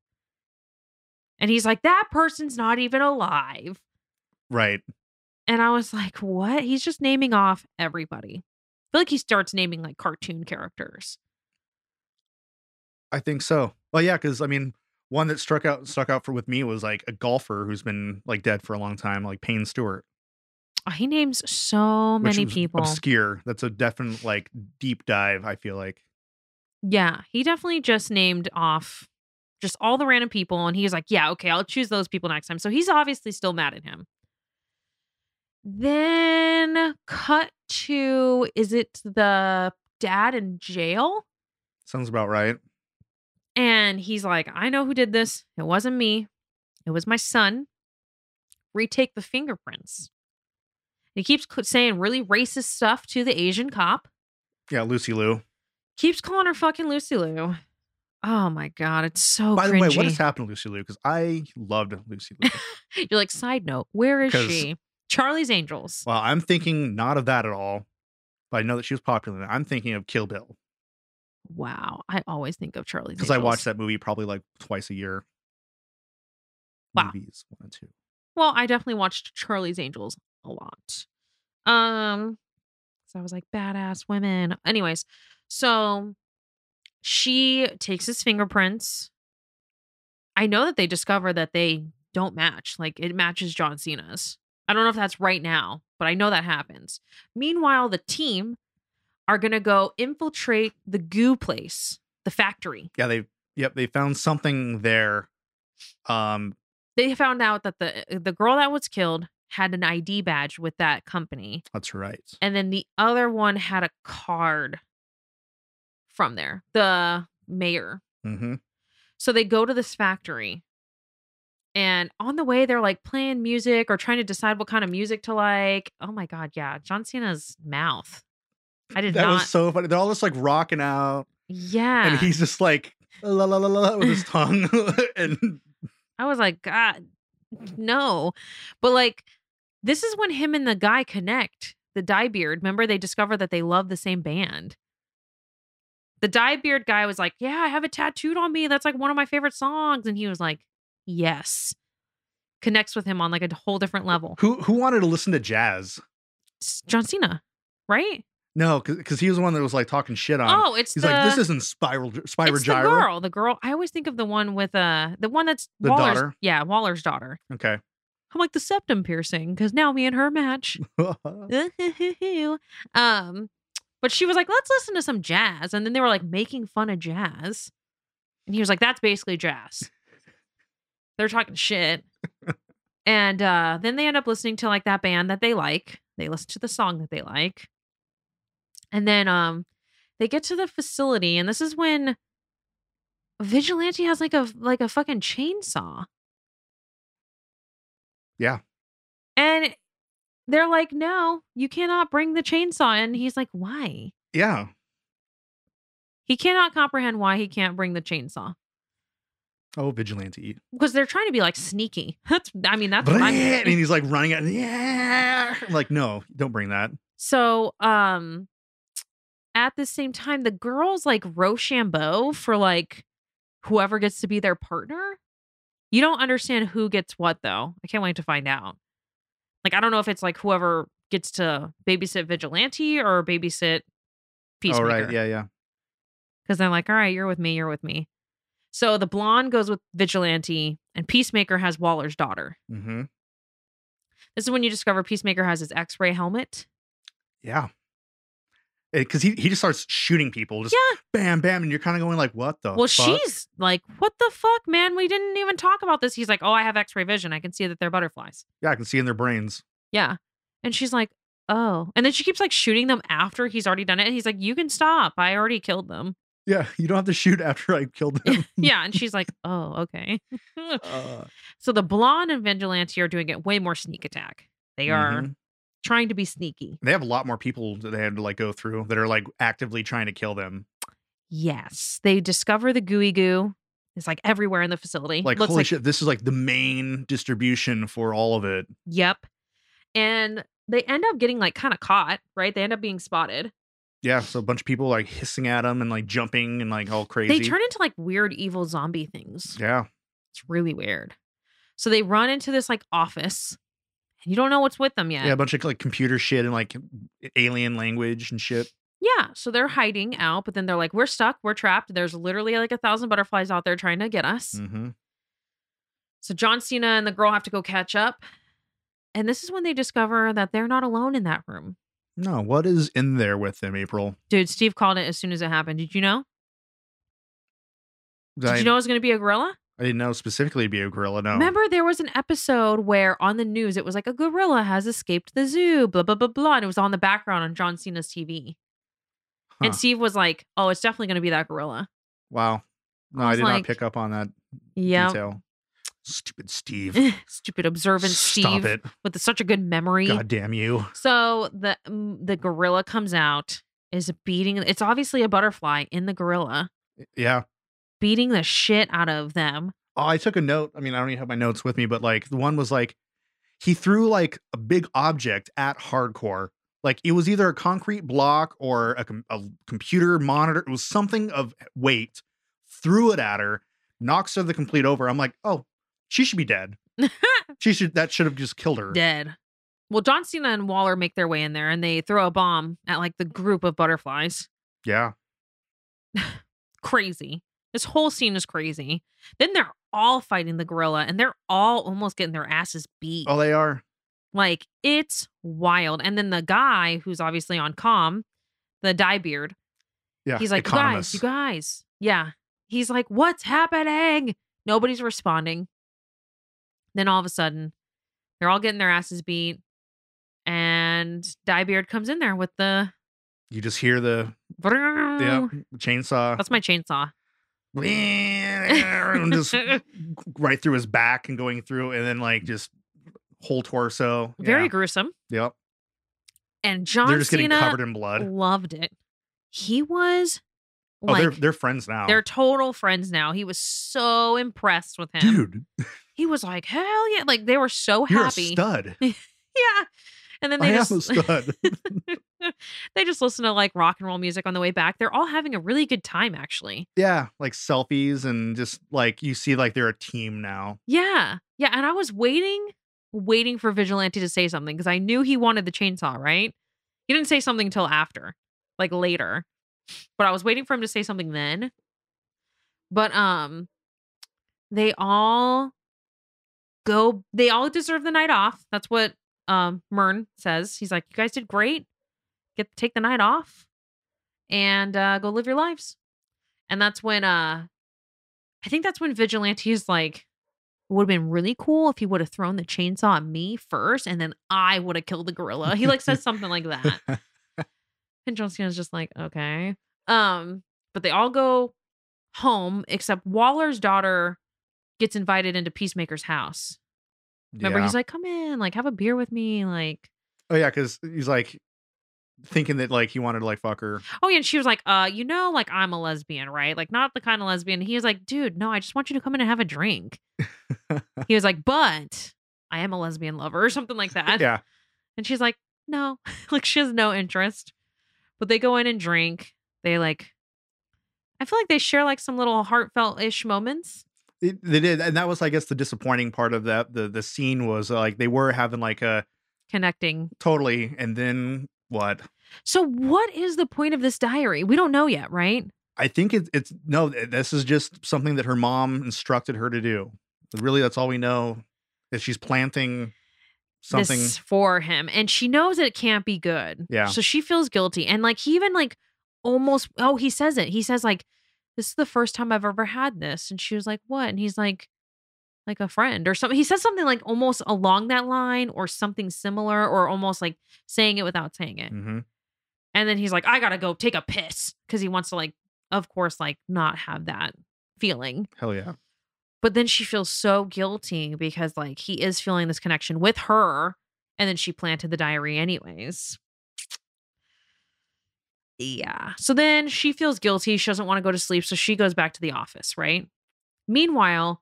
And he's like, that person's not even alive.
Right.
And I was like, what? He's just naming off everybody. I feel like he starts naming like cartoon characters.
I think so. Well, yeah, because I mean, one that struck out stuck out for with me was like a golfer who's been like dead for a long time, like Payne Stewart.
Oh, he names so
which
many
was
people.
Obscure. That's a definite like deep dive. I feel like.
Yeah, he definitely just named off just all the random people. And he was like, yeah, okay, I'll choose those people next time. So he's obviously still mad at him. Then cut to is it the dad in jail?
Sounds about right.
And he's like, I know who did this. It wasn't me, it was my son. Retake the fingerprints. He keeps c- saying really racist stuff to the Asian cop,
Yeah, Lucy Lou.
keeps calling her fucking Lucy Lou. Oh my God, it's so
By the way, what
cringy.
has happened to Lucy Lou? Because I loved Lucy Lou.
You're like, side note, where is
'Cause
she? Charlie's Angels.
Well, I'm thinking not of that at all, but I know that she was popular. in it. I'm thinking of Kill Bill
Wow. I always think of Charlie's
because I
Angels.
watch that movie probably like twice a year.
Wow.
Movies one and two.
Well, I definitely watched Charlie's Angels a lot. Um, so I was like badass women. Anyways, so she takes his fingerprints. I know that they discover that they don't match. Like it matches John Cena's. I don't know if that's right now, but I know that happens. Meanwhile, the team are gonna go infiltrate the goo place, the factory.
Yeah, they yep they found something there. Um,
They found out that the the girl that was killed had an ID badge with that company.
that's right.
and then the other one had a card from there the mayor
Mm-hmm.
so they go to this factory and on the way they're like playing music or trying to decide what kind of music to like oh my god yeah john cena's mouth i did
That
not
was so funny. They're all just like rocking out,
yeah
and he's just like la la la la la with his tongue, and
i was like god no but like this is when him and the guy connect the dyebeard remember they discover that they love the same band the dyebeard guy was like yeah i have it tattooed on me that's like one of my favorite songs and he was like yes connects with him on like a whole different level
who who wanted to listen to jazz?
It's john cena right
No, because he was the one that was like talking shit on. it.
oh it's
Um, He's
the
like, this isn't spiral spiral
it's the
gyro.
girl the girl i always think of the one with uh the one that's
The
waller's
daughter?
yeah waller's daughter
Okay.
i'm like the septum piercing because now me and her match um, but she was like, let's listen to some jazz. And then they were like making fun of jazz. And he was like, that's basically jazz. They're talking shit. and uh, then they end up listening to like that band that they like. They listen to the song that they like. And then um, they get to the facility. And this is when Vigilante has like a like a fucking chainsaw.
Yeah.
And they're like, no, you cannot bring the chainsaw in. He's like, why?
yeah.
He cannot comprehend why he can't bring the chainsaw
Oh, vigilante.
because they're trying to be like sneaky. That's, I mean, that's what I'm-
and he's like running out. Yeah. I'm like, no, don't bring that.
So, um, at the same time, the girls like Rochambeau for like whoever gets to be their partner. You don't understand who gets what though. I can't wait to find out. Like, I don't know if it's like whoever gets to babysit Vigilante or babysit
Oh,
Peacemaker.
right. Yeah, yeah.
because they're like, all right, you're with me, you're with me. So the blonde goes with Vigilante, and Peacemaker has Waller's daughter.
Mm-hmm.
This is when you discover Peacemaker has his X ray helmet.
Yeah. Because he, he just starts shooting people, just
Yeah.
bam, bam, and you're kind of going like, what the?
Well,
fuck?
she's like, what the fuck, man? We didn't even talk about this. He's like, oh, I have X ray vision. I can see that they're butterflies.
Yeah, I can see in their brains.
Yeah. And she's like, oh. And then she keeps like shooting them after he's already done it. And he's like, you can stop. I already killed them.
Yeah, you don't have to shoot after I killed them.
yeah. And she's like, oh, okay.
Uh,
so the blonde and Vigilante are doing it way more sneak attack. They are
mhm.
trying to be sneaky.
They have a lot more people that they had to like go through that are like actively trying to kill them.
Yes, they discover the gooey goo. It's like everywhere in the facility.
Like,
Looks
holy
like,
shit, this is like the main distribution for all of it.
Yep. And they end up getting like kind of caught, right? They end up being spotted.
Yeah, so a bunch of people like hissing at him and like jumping and like all crazy.
They turn into like weird evil zombie things.
yeah,
It's really weird. So they run into this like office, and you don't know what's with them yet.
yeah, a bunch of like computer shit and like alien language and shit.
Yeah, so they're hiding out, but then they're like, "We're stuck. We're trapped. There's literally like a thousand butterflies out there trying to get us."
Mm-hmm.
So John Cena and the girl have to go catch up, and this is when they discover that they're not alone in that room.
No, what is in there with them, April?
Dude, Steve called it as soon as it happened. Did you know? Did
I,
you know it was going to be a gorilla?
I didn't know specifically to be a gorilla. No,
Remember, there was an episode where on the news it was like a gorilla has escaped the zoo, blah, blah, blah, blah. And it was on the background on John Cena's TV.
Huh.
And Steve was like, oh, it's definitely going to be that gorilla.
wow, no,
I
I,
was
did not
like,
pick up on that
Yeah.
detail. Stupid Steve.
Stupid observant
Stop
Steve
it!
with such a good memory.
God damn you!
So the mm, the gorilla comes out, is beating, it's obviously a butterfly in the gorilla,
Yeah.
beating the shit out of them.
Oh, I took a note. I mean, I don't even have my notes with me, but like the one was like, he threw like a big object at hardcore. Like it was either a concrete block or a, com- a computer monitor. It was something of weight. Threw it at her, knocks her the complete over. I'm like, oh, she should be dead. she should that should have just killed her.
Dead. Well, John Cena and Waller make their way in there and they throw a bomb at like the group of butterflies.
Yeah.
Crazy. This whole scene is crazy. Then they're all fighting the gorilla and they're all almost getting their asses beat.
Oh, they are.
Like it's wild. And then the guy who's obviously on com, the dye beard,
Yeah.
he's like,
economists.
you guys, you guys. Yeah. He's like, what's happening? Nobody's responding. Then all of a sudden, they're all getting their asses beat. And Diebeard comes in there with the
You just hear the yeah chainsaw
That's my chainsaw.
and just right through his back and going through, and then like just whole torso.
Very
Yeah.
gruesome.
Yep.
And John
They're just
Cena
getting covered in blood.
loved it. He was
Oh,
like
they're they're friends now.
they're total friends now. He was so impressed with him.
dude.
He was like, hell yeah. Like they were so
You're a
happy.
stud.
Yeah. And then
I
they
am
just
a stud.
they just listen to like rock and roll music on the way back. They're all having a really good time, actually.
yeah, like selfies and just like you see, like they're a team now.
Yeah. Yeah. And I was waiting, waiting for Vigilante to say something because I knew he wanted the chainsaw, right? He didn't say something until after, like later. But I was waiting for him to say something then. But um they all go they all deserve the night off. That's what um Mern says. He's like, You guys did great. Get take the night off and uh go live your lives. And that's when uh I think that's when Vigilante is like it would have been really cool if he would have thrown the chainsaw at me first and then I would have killed the gorilla. He like says something like that. And John Cena's just like, okay. Um, but they all go home except Waller's daughter gets invited into Peacemaker's house. Remember,
yeah.
he's like, come in, like have a beer with me, like.
oh yeah, because he's like thinking that like he wanted to like fuck her.
Oh yeah, and she was like, uh, you know, like I'm a lesbian, right? Like not the kind of lesbian. He was like, dude, no, I just want you to come in and have a drink. he was like, but I am a lesbian lover or something like that.
yeah,
And she's like, no, like she has no interest. But they go in and drink. They like, I feel like they share like some little heartfelt ish moments.
It- they did, and that was I guess the disappointing part of that. The the scene was like they were having like a
Connecting.
totally, and then what?
So, what is the point of this diary? We don't know yet, right?
I think it, it's no. th- This is just something that her mom instructed her to do. Really, that's all we know is she's planting something.
This for him. And she knows that it can't be good.
Yeah.
So she feels guilty. And like, he even like almost, oh, he says it. He says, like, this is the first time I've ever had this. And she was like, what? And he's like, like a friend or something. He says something like almost along that line or something similar or almost like saying it without saying it.
Mhm.
And then he's like, I gotta go take a piss because he wants to, like, of course, like not have that feeling.
Hell yeah.
But then she feels so guilty because, like, he is feeling this connection with her. And then she planted the diary, anyways. Yeah. So then she feels guilty. She doesn't want to go to sleep. So she goes back to the office, right? Meanwhile,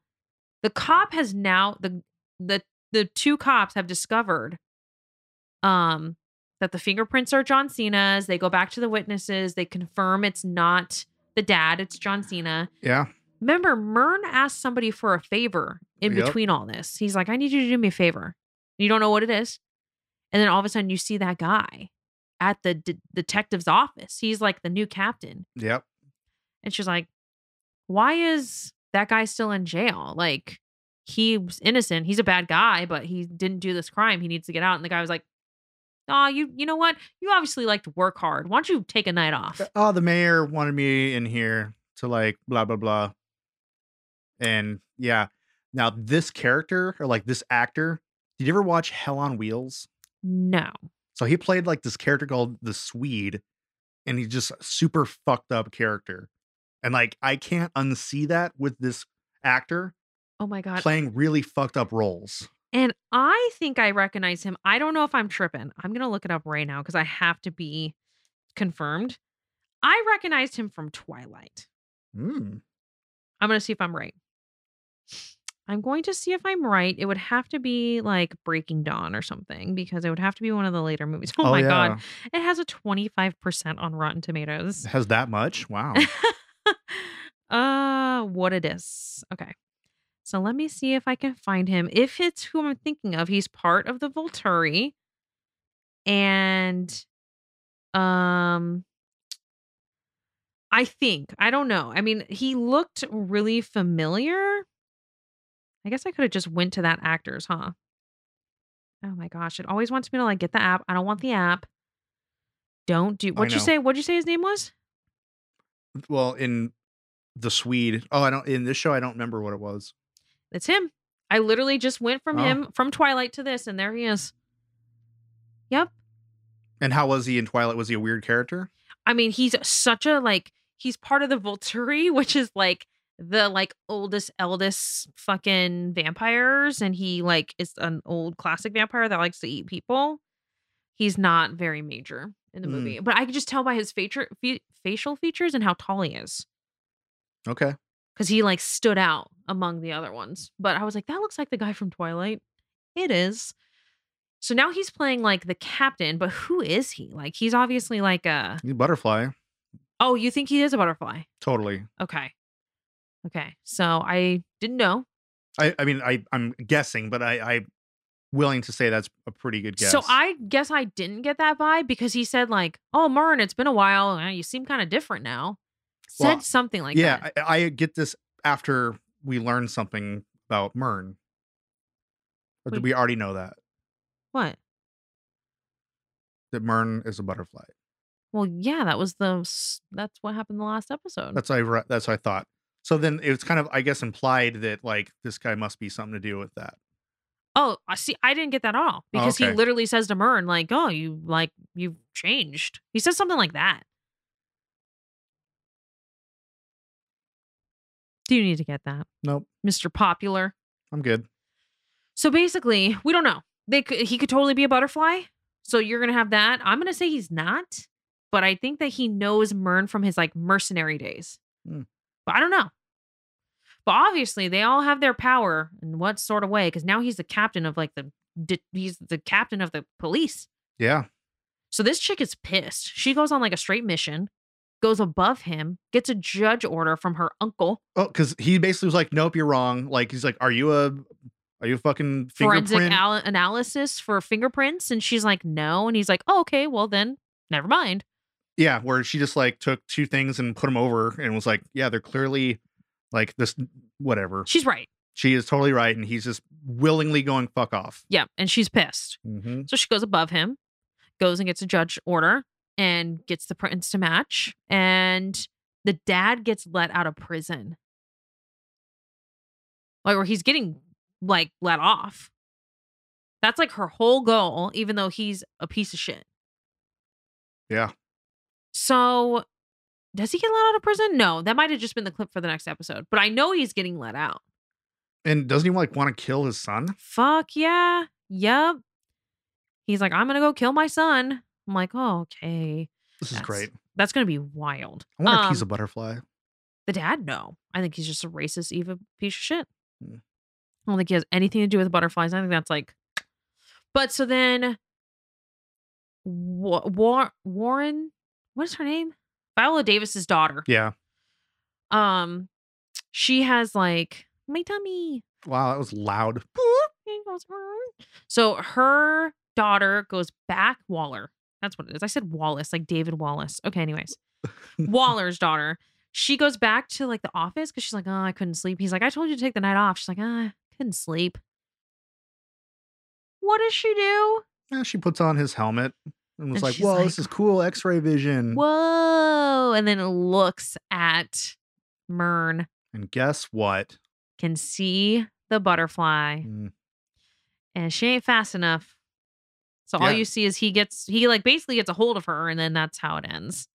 the cop has now, the, the, the two cops have discovered um that the fingerprints are John Cena's. They go back to the witnesses. They confirm it's not the dad, it's John Cena.
Yeah.
Remember, Mern asked somebody for a favor in
Yep.
between all this. He's like, I need you to do me a favor. You don't know what it is. And then all of a sudden, you see that guy at the d- detective's office. He's like the new captain.
Yep.
And she's like, Why is that guy still in jail? Like, he was innocent. He's a bad guy, but he didn't do this crime. He needs to get out. And the guy was like, Oh, you you know what? You obviously like to work hard. Why don't you take a night off?
Oh, the mayor wanted me in here to like blah blah blah. And yeah. Now this character or like this actor, did you ever watch Hell on Wheels?
No.
So he played like this character called the Swede, and he's just a super fucked up character. And like I can't unsee that with this actor
Oh my God.
playing really fucked up roles.
And I think I recognize him. I don't know if I'm tripping. I'm going to look it up right now because I have to be confirmed. I recognized him from Twilight.
Mm.
I'm going to see if I'm right. I'm going to see if I'm right. It would have to be like Breaking Dawn or something because it would have to be one of the later movies. Oh, my god, it has a 25% on Rotten Tomatoes.
It has that much? Wow.
uh, what it is? Okay, so let me see if I can find him. If it's who I'm thinking of, he's part of the Volturi, and um, I think I don't know. I mean, he looked really familiar. I guess I could have just went to that actors, huh? Oh my gosh, it always wants me to like get the app. I don't want the app. Don't do. What'd you
know.
say? What'd you say his name was?
well, in the Swede. Oh, I don't in this show I don't remember what it was.
It's him. I literally just went from
Oh.
him from Twilight to this, and there he is. Yep.
And how was he in Twilight? Was he a weird character?
I mean, he's such a like he's part of the Volturi, which is like the like oldest eldest fucking vampires and he like is an old classic vampire that likes to eat people. He's not very major in the
Mm.
movie, but I could just tell by his feature fe- facial features and how tall he is
Okay.
cuz he like stood out among the other ones. But I was like that looks like the guy from Twilight. It is. So now he's playing like the captain, but who is he? Like he's obviously like a
He's a butterfly.
Oh, you think he is a butterfly?
Totally.
Okay. Okay. So I didn't know.
I, I mean I, I'm guessing, but I, I'm willing to say that's a pretty good guess.
So I guess I didn't get that vibe because he said like, "Oh, Mern, it's been a while. Uh, You seem kind of different now." Said
Well,
something like
yeah,
that.
I, I get this after we learn something about Myrn. Or did
Wait.
we already know that?
What?
That Myrn is a butterfly.
Well, yeah, that was the s- that's what happened the last episode.
That's what I re- that's what I thought. So then it's kind of I guess implied that like this guy must be something to do with that.
oh, I see. I didn't get that at all
Oh,
because he
okay.
literally says to Mern like, "Oh, you like you've changed." He says something like that. Do you need to get that,
Nope,
Mister Popular?
I'm good.
So basically, we don't know. They could, he could totally be a butterfly. So you're gonna have that. I'm gonna say he's not, but I think that he knows Mern from his like mercenary days.
Hmm.
But I don't know. But obviously, they all have their power in what sort of way? Because now he's the captain of like the di- he's the captain of the police.
Yeah,
So this chick is pissed. She goes on like a straight mission, goes above him, gets a judge order from her uncle,
Oh, because he basically was like, "Nope, you're wrong." Like he's like, "Are you a, are you a fucking
forensic
fingerprint?"
al- analysis for fingerprints and she's like no and he's like oh, okay well then never mind
yeah, where she just like took two things and put them over and was like, "Yeah, they're clearly like this, whatever."
she's right
She is totally right, and he's just willingly going fuck off.
yeah and she's pissed
Mm-hmm.
so she goes above him goes and gets a judge order and gets the prints to match and the dad gets let out of prison like or he's getting like let off that's like her whole goal even though he's a piece of shit
Yeah.
so does he get let out of prison no that might have just been the clip for the next episode but i know he's getting let out
And doesn't he like want to kill his son?
fuck yeah. Yep. He's like, I'm gonna go kill my son. I'm like, oh, okay.
This is
That's-
great.
That's gonna be wild.
I wonder if he's a
Um,
butterfly.
the dad, no. I think he's just a racist, evil piece of shit.
Hmm.
I don't think he has anything to do with butterflies. I think that's like but so then Wa- War- Warren, what is her name? Viola Davis's daughter.
Yeah.
Um, she has like my tummy.
Wow, that was loud.
It goes, "Mm." So her daughter goes back Waller. That's what it is. I said Wallace, like David Wallace. Okay, anyways. Waller's daughter. She goes back to like the office because she's like, oh, I couldn't sleep. He's like, I told you to take the night off. She's like, ah, couldn't sleep. What does she do?
Yeah, she puts on his helmet and was
And
like,
she's
"Whoa,
like,
this is cool X-ray vision."
Whoa. And then looks at Mern,
And guess what?
can see the butterfly.
Mm,
and she ain't fast enough. So all
Yeah.
you see is he gets he like basically gets a hold of her, and then that's how it ends.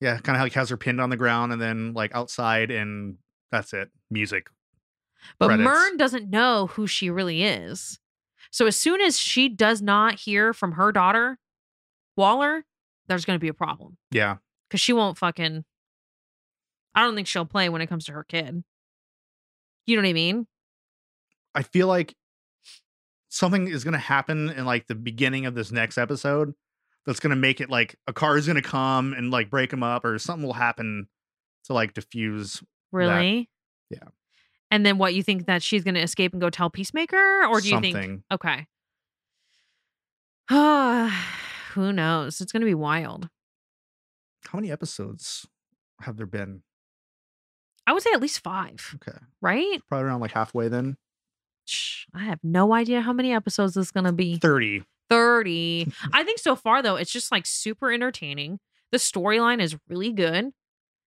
Yeah, kind of like has her pinned on the ground and then like outside, and that's it. Music.
But
Credits.
Mern doesn't know who she really is. So as soon as she does not hear from her daughter, Waller, there's gonna be a problem.
Yeah,
Cause she won't fucking I don't think she'll play when it comes to her kid. You know what I mean?
I feel like something is going to happen in like the beginning of this next episode that's going to make it like a car is going to come and like break them up or something will happen to like diffuse.
Really?
yeah.
And then what you think that she's going to escape and go tell Peacemaker or do you
something.
think Okay. Who knows? It's going to be wild.
How many episodes have there been?
I would say at least 5,
Okay.
right?
Probably around like halfway then.
Shh, I have no idea how many episodes this is going to be.
30.
30. I think so far, though, it's just like super entertaining. The storyline is really good.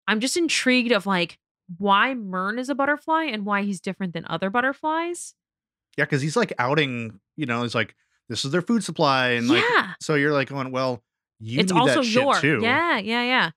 I'm just intrigued of like why Myrn is a butterfly and why he's different than other butterflies.
Yeah. Cause he's like outing, you know, he's like, this is their food supply. And like,
yeah.
so you're like going, well, you
It's
need
also
that shit
your.
too.
Yeah, yeah, yeah.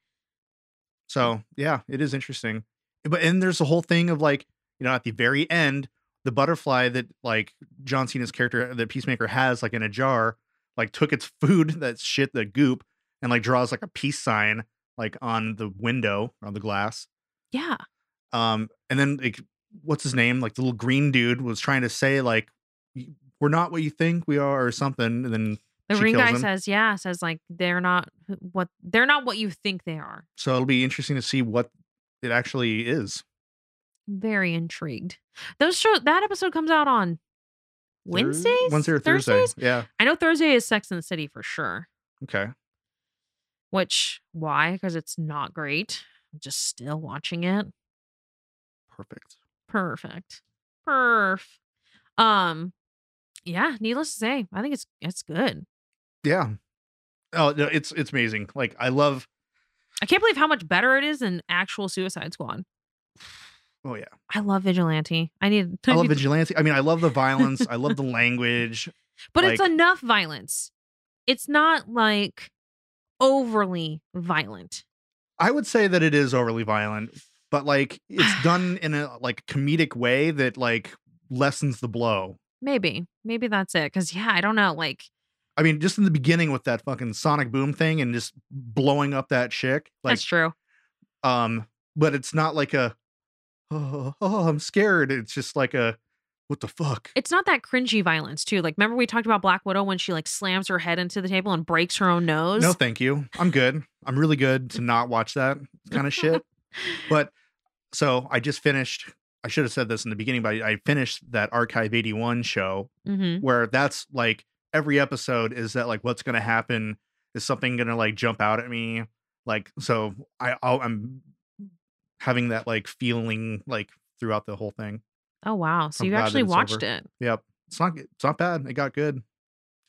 So yeah, it is interesting. But and there's the whole thing of like, you know, at the very end, the butterfly that like John Cena's character, the Peacemaker has like in a jar, like took its food, that shit, the goop, and like draws like a peace sign like on the window on the glass.
Yeah.
Um, and then like, what's his name? Like the little green dude was trying to say like, "Y- we're not what you think we are or something. And then
The
She
ring
kills
guy
him.
says, yeah, says like they're not wh- what they're not what you think they are.
so it'll be interesting to see what it actually is.
Very intrigued. Those show that episode comes out on
Thur-
Wednesdays?
Wednesday or Thursday.
Thursdays?
Yeah.
I know Thursday is Sex and the City for sure.
Okay.
Which why? Because it's not great. I'm just still watching it.
Perfect.
Perfect. Perf. Um, yeah, needless to say, I think it's it's good.
Yeah. Oh, no, it's it's amazing. Like I love
I can't believe how much better it is than actual Suicide Squad.
oh yeah.
I love Vigilante. I need,
I love
need-
vigilante. I mean, I love the violence. I love the language.
but it's
like-
enough violence. It's not like overly violent.
I would say that it is overly violent, but like it's done in a like comedic way that like lessens the blow.
Maybe. Maybe that's it. Cause yeah, I don't know. Like
I mean, just in the beginning with that fucking sonic boom thing and just blowing up that chick. Like
that's true.
um but it's not like a oh, oh I'm scared. It's just like a what the fuck?
It's not that cringy violence too. Like remember we talked about Black Widow when she like slams her head into the table and breaks her own nose?
No, thank you. I'm good. I'm really good to not watch that kind of shit. But so I just finished. I should have said this in the beginning, but I, I finished that Archive 81 show
mm-hmm.
where that's like every episode is that like what's going to happen? Is something going to like jump out at me? Like, so I, I'll, I'm having that like feeling like throughout the whole thing.
Oh wow! So
I'm
you
glad that
actually
it's
watched
over.
it.
Yep. It's not, it's not bad. It got good.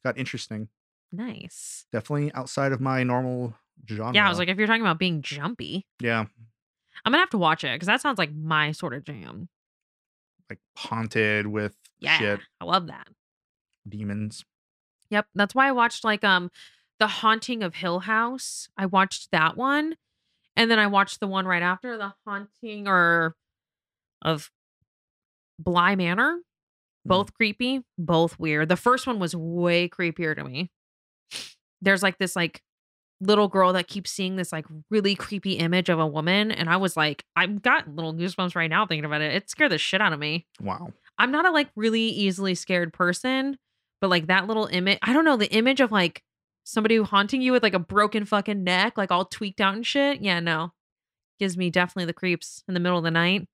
got interesting.
Nice.
Definitely outside of my normal genre.
yeah, I was like, if you're talking about being jumpy,
yeah,
I'm gonna have to watch it because that sounds like my sort of jam.
like haunted with
Yeah,
shit,
I love that.
demons.
Yep, that's why I watched like um, the Haunting of Hill House. I watched that one, and then I watched the one right after the Haunting or of Bly Manor. Both creepy, both weird. The first one was way creepier to me. There's like this like little girl that keeps seeing this like really creepy image of a woman, and I was like, I've got little goosebumps right now thinking about it. It scared the shit out of me.
Wow.
I'm not a like really easily scared person, but like that little image, I don't know, the image of like somebody haunting you with like a broken fucking neck, like all tweaked out and shit. Yeah, no. Gives me definitely the creeps in the middle of the night.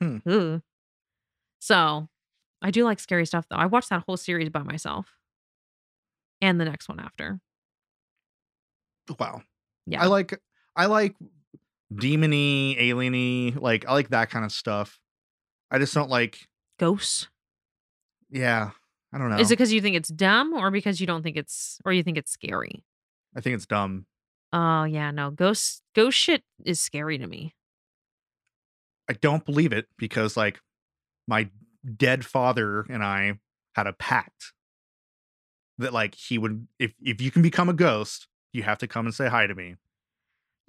Hmm.
Ooh. So I do like scary stuff though. I watched that whole series by myself and the next one after.
Wow.
Yeah.
I like I like demony, alieny, like I like that kind of stuff. I just don't like
Ghosts.
yeah, I don't know.
Is it because you think it's dumb or because you don't think it's, or you think it's scary?
I think it's dumb.
Oh, yeah, no. Ghost, ghost shit is scary to me.
I don't believe it because like my dead father and I had a pact that like he would if if you can become a ghost, you have to come and say hi to me.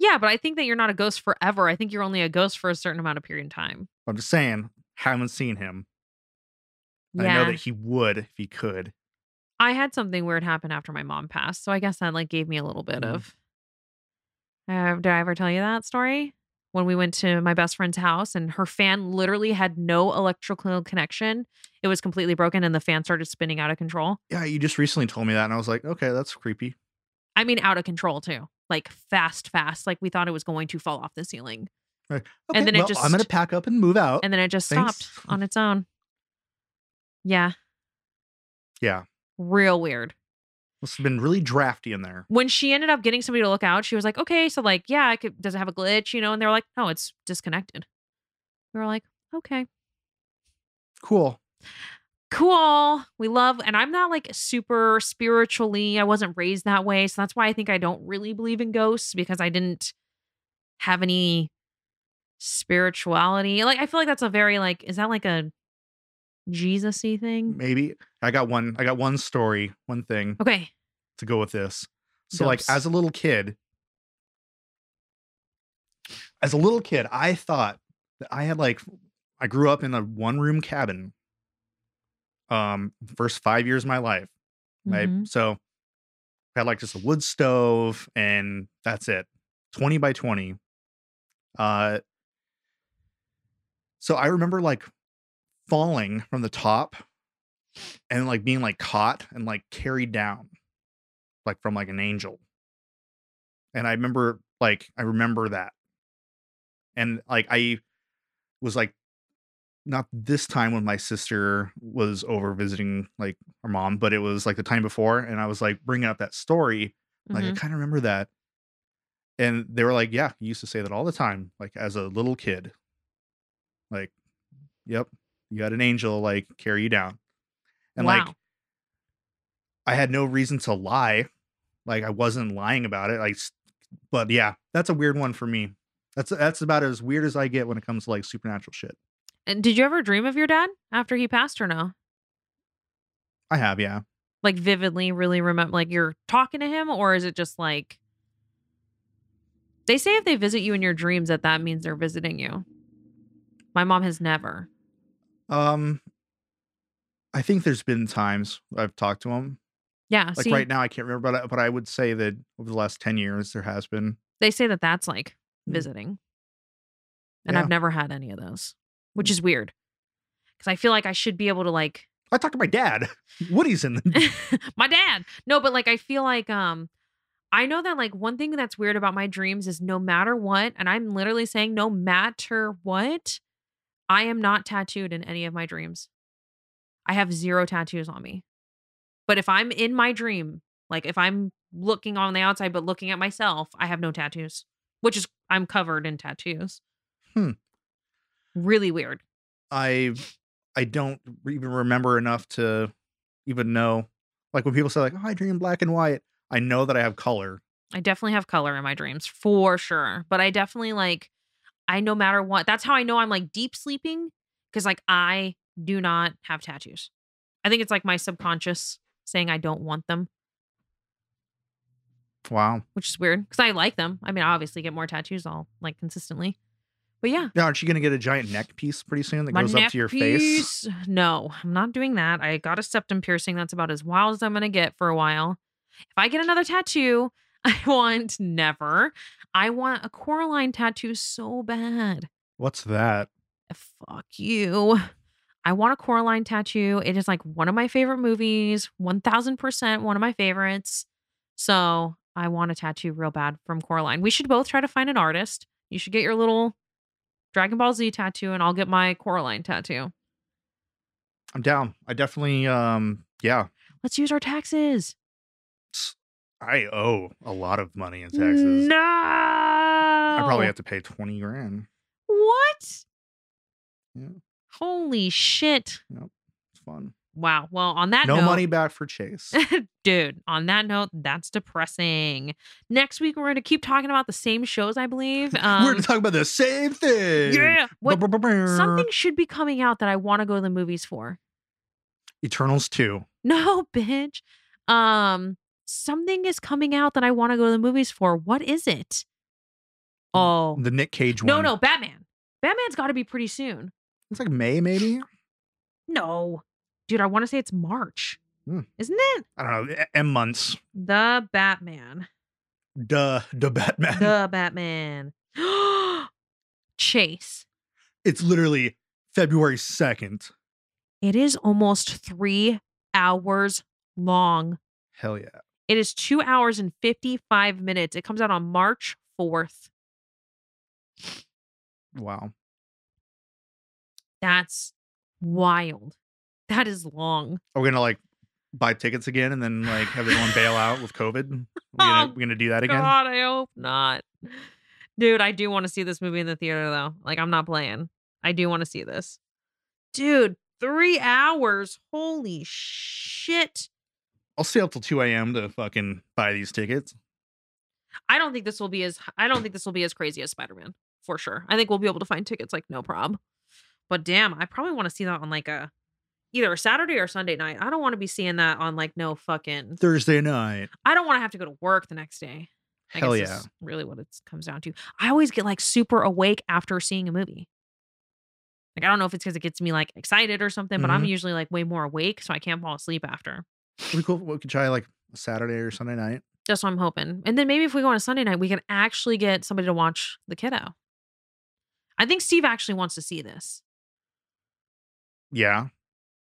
Yeah, but I think that you're not a ghost forever. I think you're only a ghost for a certain amount of period of time.
I'm just saying, haven't seen him. I
Yeah.
know that he would if he could.
I had something weird happen after my mom
Mm-hmm.
passed, so I guess that like gave me a little bit
Mhm.
of. Uh, did I ever tell you that story? when we went to my best friend's house and her fan literally had no electrical connection. It was completely broken and the fan started spinning out of control.
Yeah, you just recently told me that, and I was like, okay, that's creepy.
I mean, out of control too. Like fast, fast. Like we thought it was going to fall off the ceiling.
Okay,
then it
well,
just-
I'm gonna pack up and move out.
And then it just
Thanks.
stopped on its own. Yeah.
Yeah.
Real weird.
Must have been really drafty in there.
When she ended up getting somebody to look out, she was like, okay, so like, yeah, it could, does it have a glitch? You know, and they were like, no, it's disconnected. We were like, okay.
Cool.
cool. We love, and I'm not like super spiritually, I wasn't raised that way. So that's why I think I don't really believe in ghosts because I didn't have any spirituality. Like, I feel like that's a very, like, is that like a Jesus y thing?
Maybe I got one. I got one story, one thing
Okay.
to go with this. So, like,
Ghosts.
as a little kid, as a little kid, I thought that I had like, I grew up in a one room cabin. Um, first five years of my life, right?
Mhm.
So, I had like just a wood stove, and that's it, twenty by twenty. Uh, so I remember like falling from the top, and like being like caught and like carried down like from like an angel. And I remember like I remember that. And like I was like not this time when my sister was over visiting like her mom, but it was like the time before and I was like bringing up that story like
Mhm.
I kind of remember that. And they were like, "Yeah, you used to say that all the time, like as a little kid." Like, yep, you had an angel like carry you down, and like
Wow.
I had no reason to lie, like I wasn't lying about it. Like, s- but yeah, that's a weird one for me. That's that's about as weird as I get when it comes to like supernatural shit.
And did you ever dream of your dad after he passed or no?
I have, yeah.
Like, vividly, really remember, like, you're talking to him, or is it just like, they say if they visit you in your dreams that that means they're visiting you. My mom has never.
Um, I think there's been times I've talked to him.
Yeah.
Like
see,
right now, I can't remember, but I, but I would say that over the last ten years, there has been.
they say that that's like
Mm.
visiting. And
Yeah. Mm.
I've never had any of those, which is weird. Cause I feel like I should be able to like
I talked to my dad. Woody's in the
my dad. No, but like I feel like um I know that like one thing that's weird about my dreams is no matter what, and I'm literally saying no matter what, I am not tattooed in any of my dreams. I have zero tattoos on me. But if I'm in my dream, like if I'm looking on the outside but looking at myself, I have no tattoos, which is I'm covered in tattoos.
Hmm.
Really weird.
I I don't even remember enough to even know. Like when people say like, "Oh, I dream black and white," I know that I have color.
I definitely have color in my dreams for sure. But I definitely like, I no matter what, that's how I know I'm like deep sleeping because like I do not have tattoos. I think it's like my subconscious saying I don't want them,
Wow.
which is weird because I like them. I mean, I obviously get more tattoos all like consistently. But yeah,
Now, aren't you gonna get a giant neck piece pretty soon that
my
goes up
neck
to your face?
piece. No, I'm not doing that. I got a septum piercing. That's about as wild as I'm going to get for a while. If I get another tattoo, I want never. I want a Coraline tattoo so bad.
What's that?
fuck you. I want a Coraline tattoo. It is like one of my favorite movies, 1000% one of my favorites. So I want a tattoo real bad from Coraline. We should both try to find an artist. You should get your little Dragon Ball Z tattoo, and I'll get my Coraline tattoo.
I'm down. I definitely um yeah.
Let's use our taxes.
I owe a lot of money in taxes.
No.
I
I
probably have to pay twenty grand.
What?
Yeah.
Holy shit.
It's fun.
Wow. Well, on that
No
note,
money back for Chase.
Uh-huh. Dude, on that note, that's depressing. Next week, we're going to keep talking about the same shows, I believe. Um,
We're gonna talk about the same thing.
yeah. What,
Something
something should be coming out that I want to go to the movies for.
Eternals 2.
No, bitch. Um, something is coming out that I want to go to the movies for. What is it? Oh,
The Nick Cage
no,
one.
no, Batman. Batman's got to be pretty soon.
It's like May, maybe.
No. Dude, I want to say it's March.
Hmm.
Isn't it?
I don't know. M months.
The Batman.
Duh, the Batman.
The Batman. Chase.
It's literally February 2nd.
It is almost three hours long.
Hell yeah.
It is two hours and 55 minutes. It comes out on March 4th.
Wow.
That's wild. That is long.
Are we going to like buy tickets again and then like have everyone bail out with COVID? We're going
Oh,
to we're gonna do that again?
God, I hope not. Dude, I do want to see this movie in the theater though. Like I'm not playing. I do want to see this. Dude, 3 hours. Holy shit.
I'll stay up till 2 a.m. to fucking buy these tickets.
I don't think this will be as I don't think this will be as crazy as Spider-Man for sure. I think we'll be able to find tickets like no problem. But damn, I probably want to see that on like a either a Saturday or Sunday night. I don't want to be seeing that on like no fucking
Thursday night.
I don't want to have to go to work the next day. I
Hell
guess
yeah.
is really what it comes down to. I always get like super awake after seeing a movie. Like I don't know if it's because it gets me like excited or something, but I'm
Mhm.
usually like way more awake, so I can't fall asleep after.
It'd be cool. if We could try like Saturday or Sunday night.
That's what I'm hoping. And then maybe if we go on a Sunday night, we can actually get somebody to watch the kiddo. I think Steve actually wants to see this
Yeah.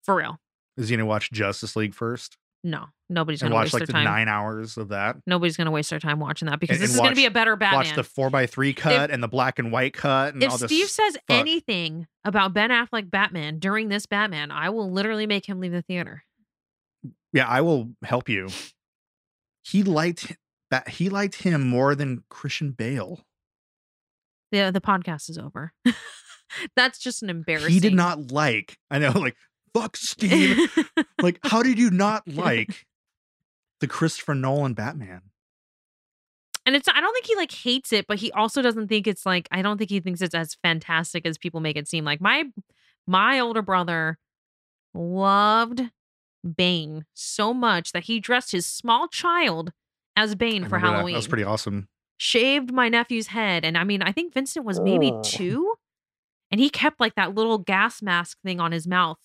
for real.
Is he going to watch Justice League first
No, nobody's
and
gonna
watch
waste
like the
their time.
nine hours of that?
Nobody's gonna waste their time watching that because
And-
this
and
is gonna be
watch-
a better Batman.
Watch the four by three cut and the black and white cut and
if
all this.
Steve says
fuck.
anything about Ben Affleck Batman during this Batman, I will literally make him leave the theater.
yeah, I will help you. He liked that. He liked him more than Christian Bale.
The the podcast is over. That's just an embarrassing.
He did not like. I know, like fuck Steve. like, how did you not like the Christopher Nolan Batman?
and it's I don't think he like hates it, but he also doesn't think it's like I don't think he thinks it's as fantastic as people make it seem. Like my my older brother loved Bane so much that he dressed his small child as Bane
I
for
remember that.
Halloween.
That was pretty awesome.
shaved my nephew's head. And I mean, I think Vincent was maybe
Oh.
two. And he kept like that little gas mask thing on his mouth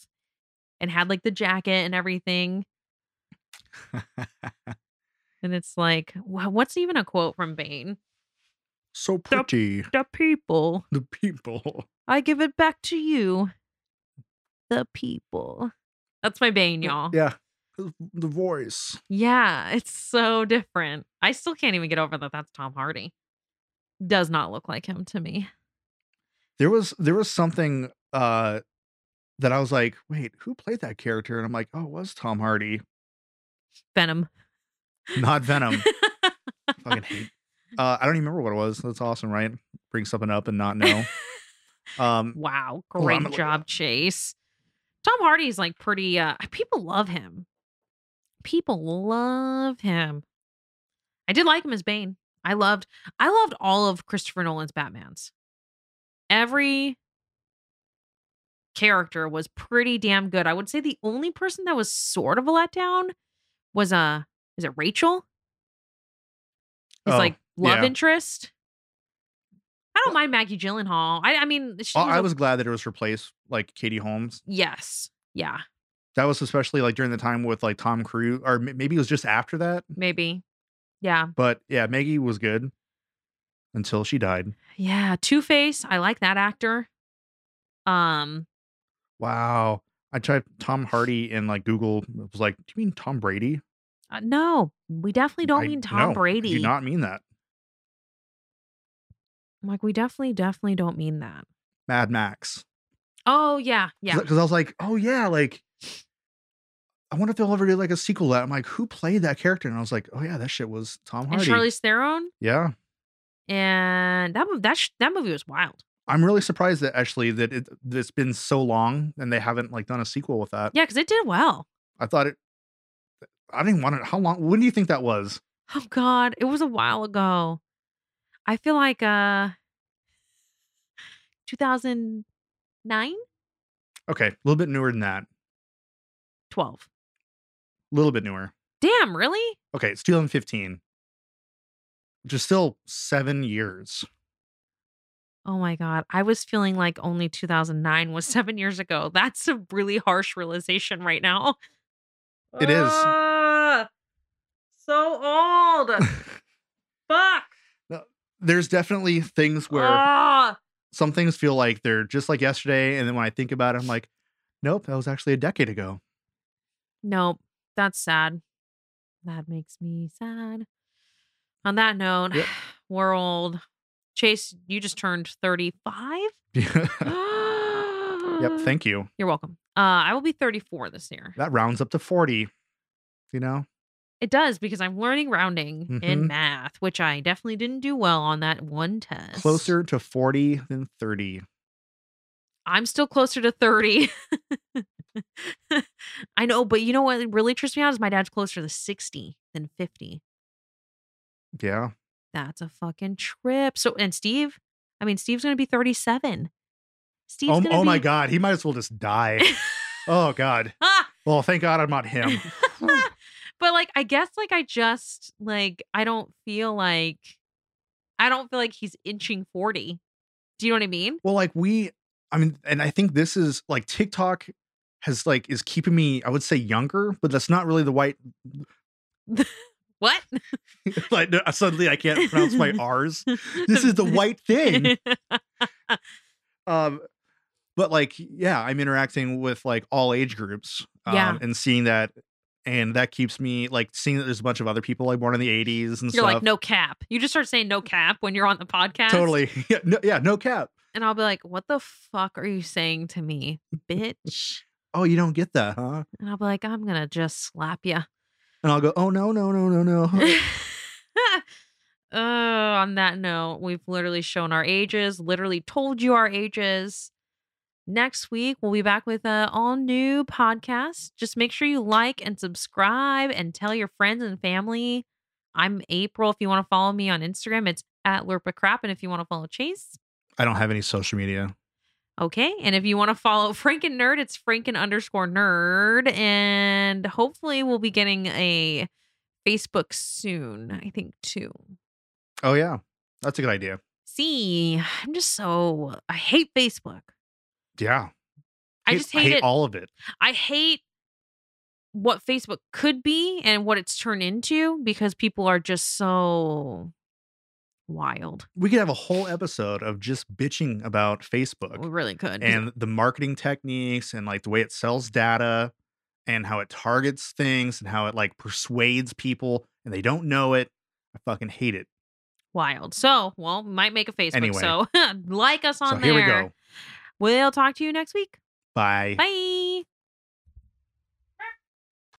and had like the jacket and everything. And it's like, wh- what's even a quote from Bane?
so pretty.
The people.
The people.
I give it back to you. The people. That's my Bane, y'all. Yeah,
Yeah. The voice.
it's so different. I still can't even get over that that's Tom Hardy. Does not look like him to me.
There was there was something uh that I was like, wait, who played that character? And I'm like, oh, it was Tom Hardy,
Venom.
not Venom. Fucking hate. Uh, I don't even remember what it was. That's awesome, right? Bring something up and not know. Um,
Wow,
Hold on, I'm
great
gonna look it
job, Chase. Tom Hardy's like pretty uh people love him. People love him. I did like him as Bane. I loved I loved all of Christopher Nolan's Batmans. Every character was pretty damn good. I would say the only person that was sort of a letdown was uh is it Rachel? His
Oh,
like love
yeah.
interest. I don't mind Maggie Gyllenhaal. I I mean she
Oh, I I
a-
was glad that it was replaced like Katie Holmes.
Yes. Yeah.
That was especially like during the time with like Tom Cruise, or m- maybe it was just after that.
Maybe. Yeah.
But yeah, Maggie was good until she died.
Yeah. Two Face. I like that actor. Um.
Wow. I typed Tom Hardy in like Google. It was like, do you mean Tom Brady?
uh, no, we definitely don't
I-
mean
no,
Tom
I
Brady.
Do not mean that.
I'm like, we definitely, definitely don't mean that.
Mad Max.
Oh yeah, yeah.
Because I was like, oh yeah, like I wonder if they'll ever do like a sequel to that. I'm like, who played that character? And I was like, oh yeah, that shit was Tom
And
Hardy.
Charlize Theron.
yeah.
And that mov- that sh- that movie was wild.
I'm really surprised that actually that it, that it's been so long and they haven't like done a sequel with that.
Yeah, because it did well.
I thought it. I didn't want it. How long? When do you think that was?
Oh God, it was a while ago. I feel like uh, 2009,
Okay, a little bit newer than that. A
12.
little bit newer.
Damn, really?
Okay, it's 2015, which is still seven years.
Oh my God. I was feeling like only 2009 was seven years ago. That's a really harsh realization right now.
It is.
Ah, so old. Fuck.
There's definitely things where
Ah,
some things feel like they're just like yesterday, and then when I think about it, I'm like, nope, that was actually a decade ago.
Nope. That's sad. That makes me sad. On that note,
Yep.
world, Chase, you just turned 35?
yep.
Uh-huh. Thank.
Thank you.
You're welcome. Uh, I will be 34 this year.
That rounds up to forty. You know,
It does because I'm learning rounding in
Mhm.
math, which I definitely didn't do well on that one test.
closer to forty than thirty.
I'm still closer to 30. I know, but you know what really trips me out is my dad's closer to 60 than 50.
Yeah.
That's a fucking trip. So, and Steve, I mean, Steve's going to be 37. Steve's
Oh,
gonna
oh my
be-
God, he might as well just die. oh God.
Ah!
Well, thank God I'm not him.
but like, I guess like I just like I don't feel like I don't feel like he's inching 40. Do you know what I mean?
Well, like we, I mean, and I think this is like TikTok has like is keeping me, I would say younger, but that's not really the white.
What?
like no, suddenly I can't pronounce my R's. This is the white thing. Um, but like, yeah, I'm interacting with like all age groups, um,
Yeah.
and seeing that, and that keeps me like seeing that there's a bunch of other people like born in the 80s and
You're
stuff.
like no cap. You just start saying no cap when you're on the podcast.
totally, yeah, no, yeah, no cap.
And I'll be like, what the fuck are you saying to me, bitch?
Oh, you don't get that, huh?
and I'll be like, I'm gonna just slap you.
And I'll go, oh no, no, no, no, no.
Oh, on that note, we've literally shown our ages, literally told you our ages. Next week, we'll be back with an all new podcast. Just make sure you like and subscribe and tell your friends and family. I'm April. If you want to follow me on Instagram, it's at Lurpa Crap. And if you want to follow Chase,
I don't have any social media.
okay. And if you want to follow Franken Nerd, it's Franken underscore nerd. And hopefully, we'll be getting a Facebook soon, I think, too.
Oh yeah, that's a good idea.
See, I'm just so I hate Facebook.
Yeah,
I just hate, it.
all of it.
I hate what Facebook could be and what it's turned into because people are just so wild.
We could have a whole episode of just bitching about Facebook
We really could.
and the marketing techniques and like the way it sells data and how it targets things and how it like persuades people and they don't know it. I fucking hate it.
wild. So, well, might make a Facebook.
Anyway.
So, like us on
so here
there.
we go.
We'll talk to you next week.
Bye.
Bye.